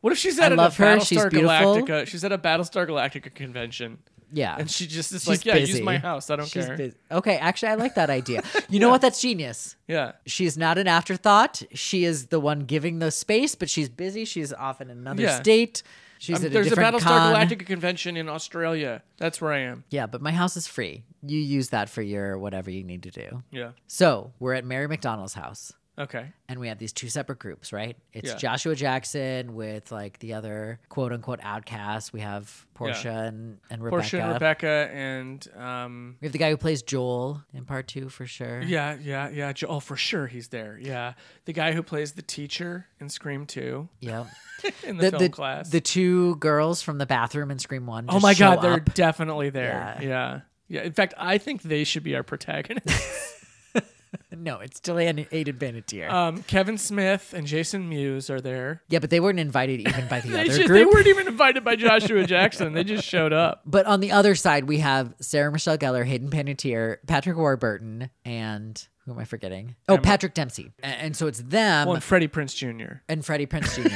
A: what if she's
B: I
A: at a
B: love her.
A: Battlestar
B: She's beautiful.
A: Galactica? She's at a Battlestar Galactica convention,
B: yeah,
A: and she just is
B: She's
A: like, "Yeah, use
B: busy.
A: my house. I don't
B: She's
A: care."
B: busy. Okay, actually, I like that idea. You know what? That's genius.
A: Yeah.
B: She's not an afterthought. She is the one giving the space, but she's busy. She's off in another
A: Yeah.
B: state. She's
A: I'm-
B: at
A: there's
B: a
A: a,
B: different
A: Battlestar
B: con.
A: Galactica convention in Australia. That's where I am.
B: Yeah, but my house is free. You use that for your whatever you need to do.
A: Yeah.
B: So we're at Mary McDonald's house.
A: Okay.
B: and we have these two separate groups, right? It's
A: Yeah.
B: Joshua Jackson with like the other quote unquote outcasts. We have Portia and, and Rebecca.
A: Portia and Rebecca and um
B: We have the guy who plays Joel in part two for sure.
A: yeah, yeah, yeah. Jo- oh, for sure he's there. Yeah. The guy who plays the teacher in Scream 2
B: Yep.
A: in the,
B: The,
A: film
B: the,
A: class.
B: the two girls from the bathroom in Scream One.
A: oh
B: just
A: my
B: show
A: god, they're
B: up.
A: definitely there. Yeah. yeah. In fact, I think they should be our protagonists.
B: no, it's still Aiden Panettiere.
A: um, Kevin Smith and Jason Mewes are there.
B: yeah, but they weren't invited even by the
A: They,
B: other
A: should- they
B: group.
A: weren't even invited by Joshua Jackson. They just showed up.
B: But on the other side, we have Sarah Michelle Gellar, Hayden Panettiere, Patrick Warburton, and who am I forgetting? Oh, Patrick Dempsey. A- And, so it's them.
A: Well, and Freddie Prince Jr.
B: and Freddie Prince Jr.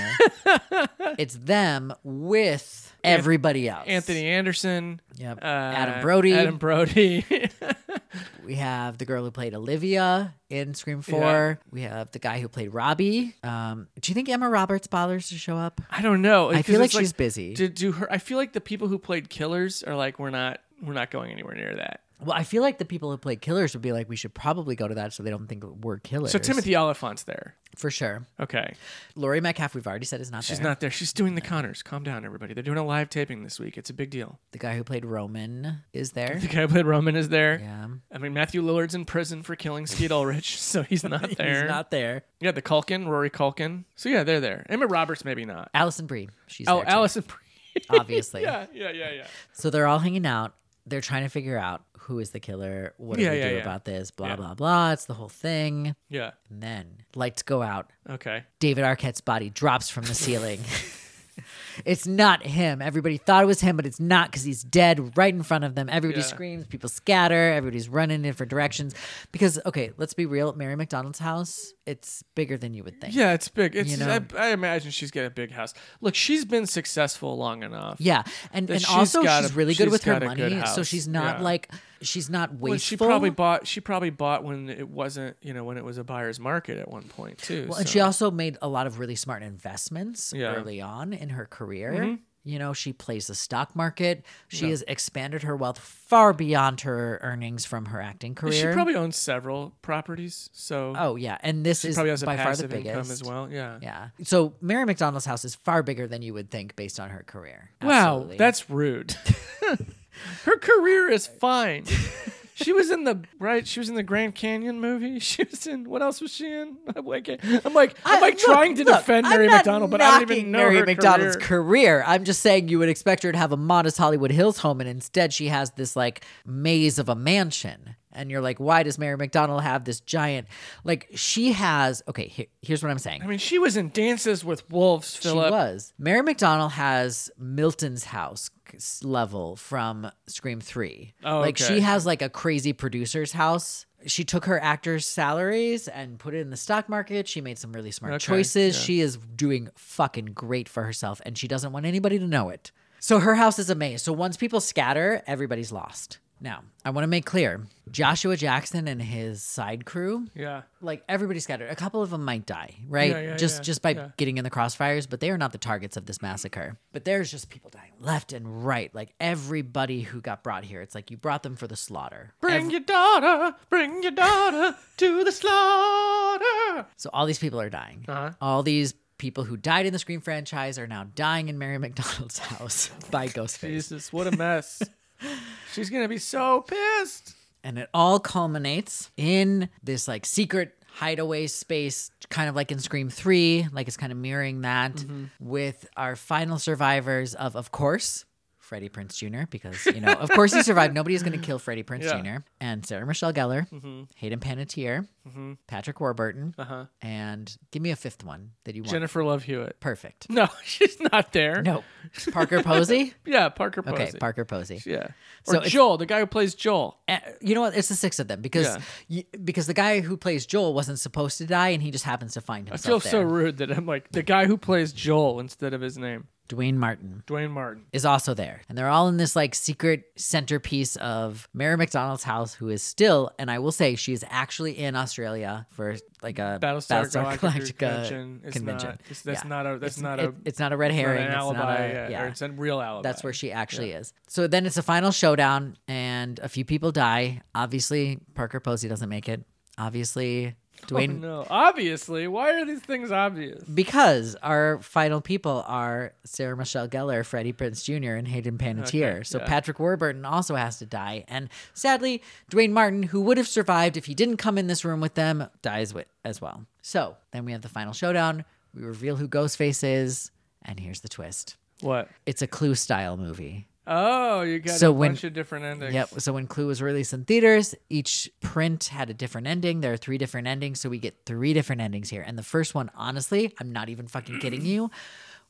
B: it's them with everybody else.
A: Anthony Anderson,
B: Yep.
A: uh,
B: Adam Brody.
A: Adam Brody,
B: We have the girl who played Olivia in Scream Four. We have the guy who played Robbie. Um, do you think Emma Roberts bothers to show up?
A: I don't know.
B: I
A: 'cause
B: feel like
A: it's
B: she's busy.
A: Do, do her? I feel like the people who played killers are like we're not we're not going anywhere near that.
B: Well, I feel like the people who played killers would be like, we should probably go to that so they don't think we're killers.
A: So Timothy Oliphant's there.
B: for sure.
A: Okay,
B: Laurie Metcalf, we've already said is not
A: she's
B: there.
A: not there. She's doing the Connors. Calm down, everybody. They're doing a live taping this week. It's a big deal.
B: The guy who played Roman is there.
A: The guy who played Roman is there.
B: Yeah,
A: I mean, Matthew Lillard's in prison for killing Skeet Ulrich, so he's not there.
B: he's not there.
A: Yeah, the Culkin, Rory Culkin. So yeah, they're there. Emma Roberts, maybe not.
B: Allison Brie, she's
A: Oh,
B: there too,
A: Allison.
B: obviously.
A: yeah, yeah, yeah, yeah.
B: So they're all hanging out. They're trying to figure out who is the killer, what do
A: Yeah,
B: we
A: yeah,
B: do
A: yeah.
B: about this, blah,
A: Yeah.
B: blah, blah. It's the whole thing.
A: Yeah.
B: And then lights go out.
A: Okay.
B: David Arquette's body drops from the ceiling. it's not him. Everybody thought it was him, but it's not because he's dead right in front of them. Everybody
A: Yeah.
B: screams, people scatter, everybody's running in different directions. Because, okay, let's be real Mary McDonald's house, it's bigger than you would think.
A: Yeah, it's big. It's
B: You know?
A: I, I imagine she's got a big house. Look, she's been successful long enough.
B: Yeah, and
A: That
B: and
A: she's
B: also
A: got
B: she's
A: a-
B: really good
A: she's
B: with her
A: got a good
B: money, so
A: house.
B: she's not
A: Yeah.
B: like she's not wasteful.
A: Well, she probably bought. She probably bought when it wasn't, you know, when it was a buyer's market at one point too.
B: Well, and
A: so-
B: she also made a lot of really smart investments
A: Yeah. Mm-hmm.
B: early on in her career. You know, she plays the stock market. She has expanded her wealth far beyond her earnings from her acting career.
A: she probably owns several properties, so
B: oh yeah, and this
A: she
B: is
A: probably has a
B: by far the
A: passive income
B: biggest.
A: as well. Yeah.
B: Yeah. So Mary McDonald's house is far bigger than you would think based on her career.
A: Wow,
B: Absolutely.
A: that's rude. Her career is fine. She was in the right. She was in the Grand Canyon movie. She was in what else was she in? I'm like, I'm like, I'm like
B: I- look-
A: trying to
B: look,
A: defend
B: I'm
A: Mary
B: not
A: McDonald, but I don't even
B: knocking
A: know
B: Mary
A: her
B: McDonald's
A: career.
B: career. I'm just saying you would expect her to have a modest Hollywood Hills home, and instead she has this like maze of a mansion. And you're like, why does Mary McDonald have this giant? Like she has. Okay, here, here's what I'm saying.
A: I mean, she was in Dances with Wolves,
B: She
A: Philip.
B: was. Mary McDonald has Milton's house c- s- level from Scream 3.
A: Oh,
B: like
A: okay.
B: she has like a crazy producer's house. She took her actors' salaries and put it in the stock market. She made some really smart
A: Okay,
B: choices.
A: yeah.
B: She is doing fucking great for herself and she doesn't want anybody to know it. So her house is a maze. So once people scatter, everybody's lost. Now, I want to make clear Joshua Jackson and his side crew
A: Yeah.
B: like everybody scattered. A couple of them might die, right?
A: Yeah, yeah,
B: just
A: yeah,
B: just by
A: yeah.
B: getting in the crossfires, but they are not the targets of this massacre. But there's just people dying left and right. Like everybody who got brought here, it's like you brought them for the slaughter.
A: Bring your daughter, bring your daughter to the slaughter.
B: So all these people are dying.
A: Uh-huh.
B: All these people who died in the Scream franchise are now dying in Mary McDonald's house by Ghostface.
A: Jesus, what a mess. She's gonna be so pissed.
B: And it all culminates in this like secret hideaway space, kind of like in Scream 3, like it's kind of mirroring that
A: Mm-hmm.
B: with our final survivors of, of course, Freddie Prince Jr., because, you know, of course he survived. Nobody's going to kill Freddie Prince
A: Yeah. Mm-hmm.
B: Jr. And Sarah Michelle Gellar, Hayden Panettiere, Patrick Warburton,
A: Uh-huh.
B: and give me a fifth one that you want.
A: Jennifer Love Hewitt.
B: Perfect.
A: No, she's not there.
B: No. Parker Posey?
A: Yeah, Parker Posey.
B: Okay, Parker Posey.
A: Yeah.
B: So
A: Or
B: it's-
A: Joel, the guy who plays Joel.
B: Uh, you know what? It's the six of them because
A: Yeah.
B: y- because the guy who plays Joel wasn't supposed to die, and he just happens to find
A: I feel
B: himself
A: so
B: there.
A: rude that I'm like the guy who plays Joel instead of his name,
B: Dwayne Martin
A: Dwayne Martin.
B: is also there, and they're all in this like secret centerpiece of Mary McDonald's house, who is still, and I will say, she is actually in Australia for like a
A: Battlestar, Galactica,
B: Galactica
A: convention. It's not. It's, that's
B: Yeah.
A: not a. That's
B: It's-
A: not
B: it-
A: a.
B: it's not a red
A: not
B: herring.
A: An
B: It's not
A: alibi.
B: a-
A: yeah,
B: yeah.
A: Or it's a real alibi.
B: That's where she actually is. So then it's a final showdown, and a few people die. Obviously, Parker Posey doesn't make it. Obviously,
A: Oh,
B: Dwayne
A: no, obviously. Why are these things obvious?
B: because our final people are Sarah Michelle Gellar, Freddie Prince Jr., and Hayden Panettiere.
A: Okay,
B: so
A: yeah.
B: Patrick Warburton also has to die, and sadly, Dwayne Martin, who would have survived if he didn't come in this room with them, dies with as well. So then we have the final showdown. We reveal who Ghostface is, and here's the twist:
A: What?
B: it's a Clue style movie.
A: Oh, you got
B: So
A: a
B: when-
A: bunch of different endings.
B: Yep. So when Clue was released in theaters, each print had a different ending. There are three different endings, so we get three different endings here. And the first one, honestly, I'm not even fucking kidding you,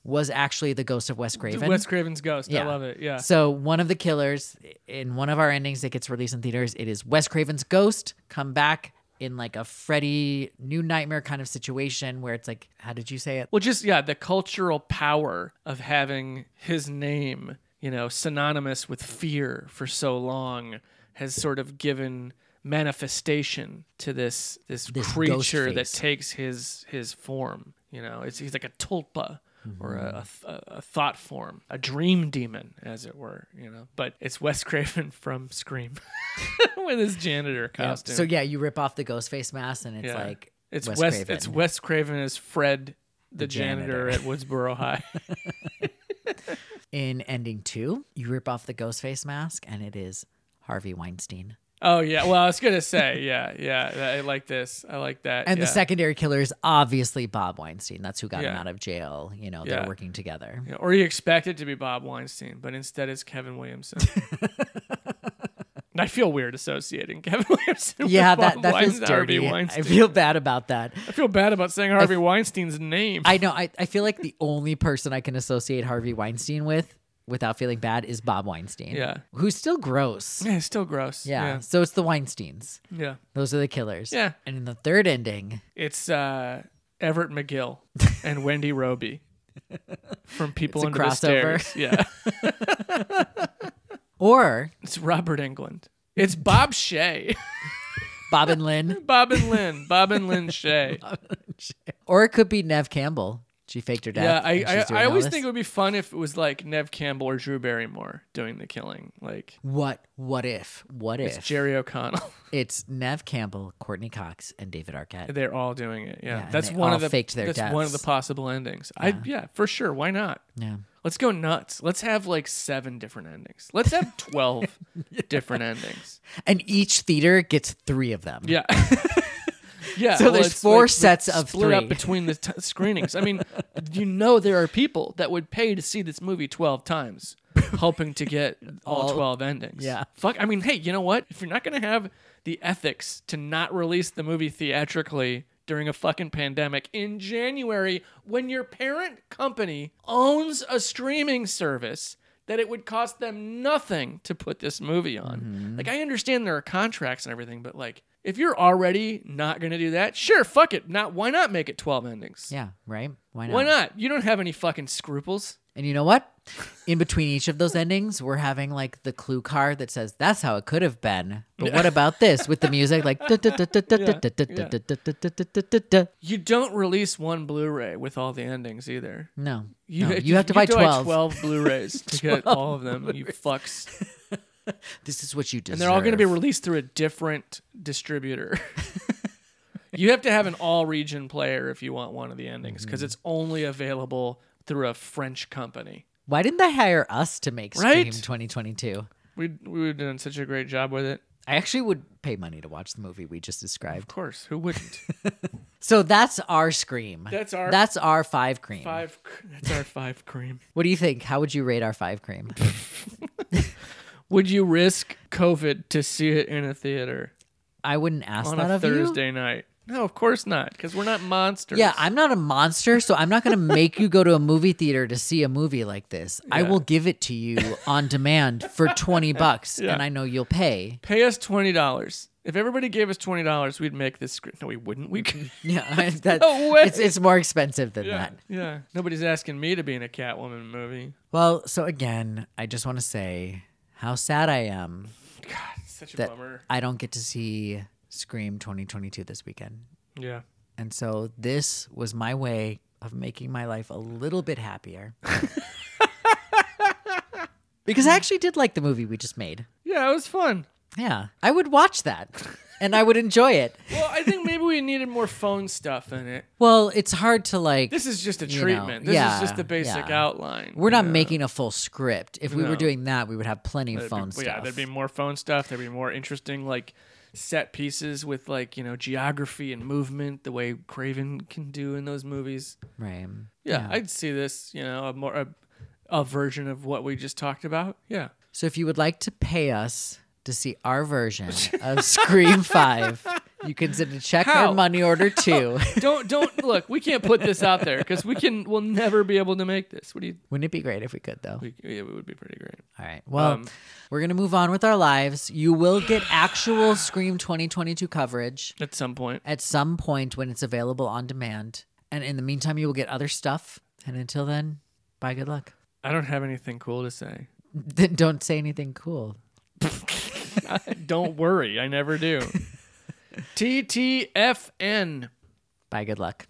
B: was actually the ghost of Wes Craven.
A: Wes Craven's Ghost. I love it. Yeah.
B: So one of the killers in one of our endings that gets released in theaters, it is Wes Craven's ghost come back in like a Freddy New Nightmare kind of situation where it's like, how did you say it?
A: Well, just yeah, the cultural power of having his name, you know, synonymous with fear for so long has sort of given manifestation to this this,
B: This
A: creature that
B: ghost face.
A: takes his his form. You know, it's he's like a tulpa
B: Mm-hmm.
A: or a, a th- a thought form, a dream demon, as it were. You know, but it's Wes Craven from Scream with his janitor costume.
B: So yeah, you rip off the ghost face mask and it's
A: Yeah.
B: like
A: it's
B: Wes
A: Wes,
B: Craven.
A: it's Wes Craven as Fred the, janitor.
B: janitor.
A: at Woodsboro High.
B: in ending two, you rip off the ghost face mask and it is Harvey Weinstein.
A: oh yeah, well I was gonna say yeah, yeah. that- I like this. I like that.
B: And the
A: yeah.
B: secondary killer is obviously Bob Weinstein. That's who got him
A: Yeah.
B: out of jail. You know,
A: Yeah.
B: they're working together.
A: Yeah, or you expect it to be Bob Weinstein, but instead it's Kevin Williamson. And I feel weird associating Kevin Williamson.
B: Yeah,
A: with
B: that,
A: Bob
B: that feels
A: Weinstein, Harvey
B: dirty. I
A: Weinstein.
B: feel bad about that.
A: I feel bad about saying Harvey Weinstein's name.
B: I know. I, I feel like the only person I can associate Harvey Weinstein with without feeling bad is Bob Weinstein.
A: Yeah.
B: Who's still gross.
A: yeah, it's still gross.
B: Yeah. So it's the Weinsteins.
A: yeah, yeah.
B: Those are the killers.
A: Yeah.
B: And in the third ending,
A: It's uh, Everett McGill and Wendy Roby from People
B: It's a
A: Under the
B: crossover.
A: Stairs. Yeah,
B: or
A: it's Robert England It's Bob Shay.
B: Bob and Lynn,
A: Bob and Lynn. Bob and Lynn Shay.
B: or it could be Nev Campbell. She faked her
A: Yeah,
B: death.
A: I,
B: and she's
A: I,
B: doing
A: I
B: all
A: always
B: this.
A: think it would be fun if it was like Nev Campbell or Drew Barrymore doing the killing. Like
B: what? What if? What if?
A: it's Jerry O'Connell.
B: It's Nev Campbell, Courtney Cox, and David Arquette.
A: They're all doing it. Yeah,
B: and
A: that's
B: they
A: one
B: all
A: of the
B: faked their
A: that's one of the
B: deaths.
A: possible endings. I yeah, for sure. Why not?
B: Yeah.
A: Let's go nuts. Let's have like seven different endings. Let's have twelve different endings.
B: And each theater gets three of them.
A: Yeah. Yeah,
B: So there's
A: it's
B: four
A: the-
B: sets of
A: split up
B: three.
A: between the t- screenings. I mean, you know there are people that would pay to see this movie twelve times, hoping to get all,
B: All-
A: twelve endings.
B: yeah.
A: fuck. I mean, hey, you know what? If you're not gonna have the ethics to not release the movie theatrically during a fucking pandemic in January, when your parent company owns a streaming service. That it would cost them nothing to put this movie on. Like, I understand there are contracts and everything, but like, if you're already not gonna do that, sure, fuck it. Not why not make it twelve endings?
B: Yeah, right? Why not?
A: Why not? You don't have any fucking scruples.
B: And you know what? In between each of those endings, we're having like the clue card that says, that's how it could have been. But what about this with the music? Like, duh, duh, duh, duh, duh, duh, duh, duh, duh, duh, duh, duh, duh, duh, duh, duh.
A: You don't release one Blu-ray with all the endings either.
B: no.
A: You,
B: No, you have to buy 12.
A: 12 Blu-rays to get all of them. You fucks.
B: This is what you deserve.
A: And they're all going to be released through a different distributor. you have to have an all-region player if you want one of the endings
B: Mm-hmm.
A: because it's only available through a French company.
B: Why didn't they hire us to make Scream
A: Right?
B: 2022?
A: We we were doing such a great job with it.
B: I actually would pay money to watch the movie we just described.
A: Of course, who wouldn't?
B: So that's our Scream.
A: That's our-
B: That's our five cream.
A: Five. cr- That's our five cream.
B: What do you think? How would you rate our five cream?
A: Would you risk COVID to see it in a theater
B: I wouldn't ask
A: on
B: that
A: a
B: of you.
A: Thursday night? No, of course not, because we're not monsters.
B: Yeah, I'm not a monster, so I'm not going to make you go to a movie theater to see a movie like this. I
A: Yeah.
B: will give it to you on demand for 20 bucks, and I know you'll pay.
A: Pay us twenty dollars. If everybody gave us twenty dollars, we'd make this script. No, we wouldn't. We could.
B: Yeah, I- that,
A: No way.
B: It's, it's more expensive than
A: Yeah,
B: that.
A: yeah. Nobody's asking me to be in a Catwoman movie.
B: Well, so again, I just want to say how sad I am
A: God, it's such a
B: that
A: bummer.
B: I don't get to see Scream 2022 this weekend.
A: Yeah.
B: And so this was my way of making my life a little bit happier. because I actually did like the movie we just made.
A: Yeah, it was fun.
B: Yeah. I would watch that and I would enjoy it.
A: Well, I think maybe we needed more phone stuff in it.
B: Well, it's hard to like.
A: This is just a
B: You know,
A: treatment. this
B: yeah,
A: is just the basic
B: yeah.
A: outline.
B: we're not
A: Yeah.
B: making a full script. If we
A: No.
B: were doing that, we would have plenty of
A: There'd be-
B: phone
A: well, Yeah,
B: stuff.
A: there'd be more phone stuff. There'd be more interesting like set pieces with like you know geography and movement, the way Craven can do in those movies.
B: right.
A: Yeah, I'd see this. You know, a more a, a version of what we just talked about. Yeah,
B: So if you would like to pay us to see our version of Scream 5, you can send a check
A: How?
B: or money order to.
A: don't don't look. We can't put this out there because we can. We'll never be able to make this. What do you?
B: Wouldn't it be great if we could, though?
A: We, yeah, it would be pretty great.
B: All right. Well,
A: Um,
B: we're going to move on with our lives. You will get actual Scream 2022 coverage
A: At some point,
B: at some point when it's available on demand. And in the meantime, you will get other stuff. And until then, bye. Good luck.
A: I don't have anything cool to say.
B: Then don't say anything cool.
A: don't worry, I never do. TTFN.
B: Bye. Good luck.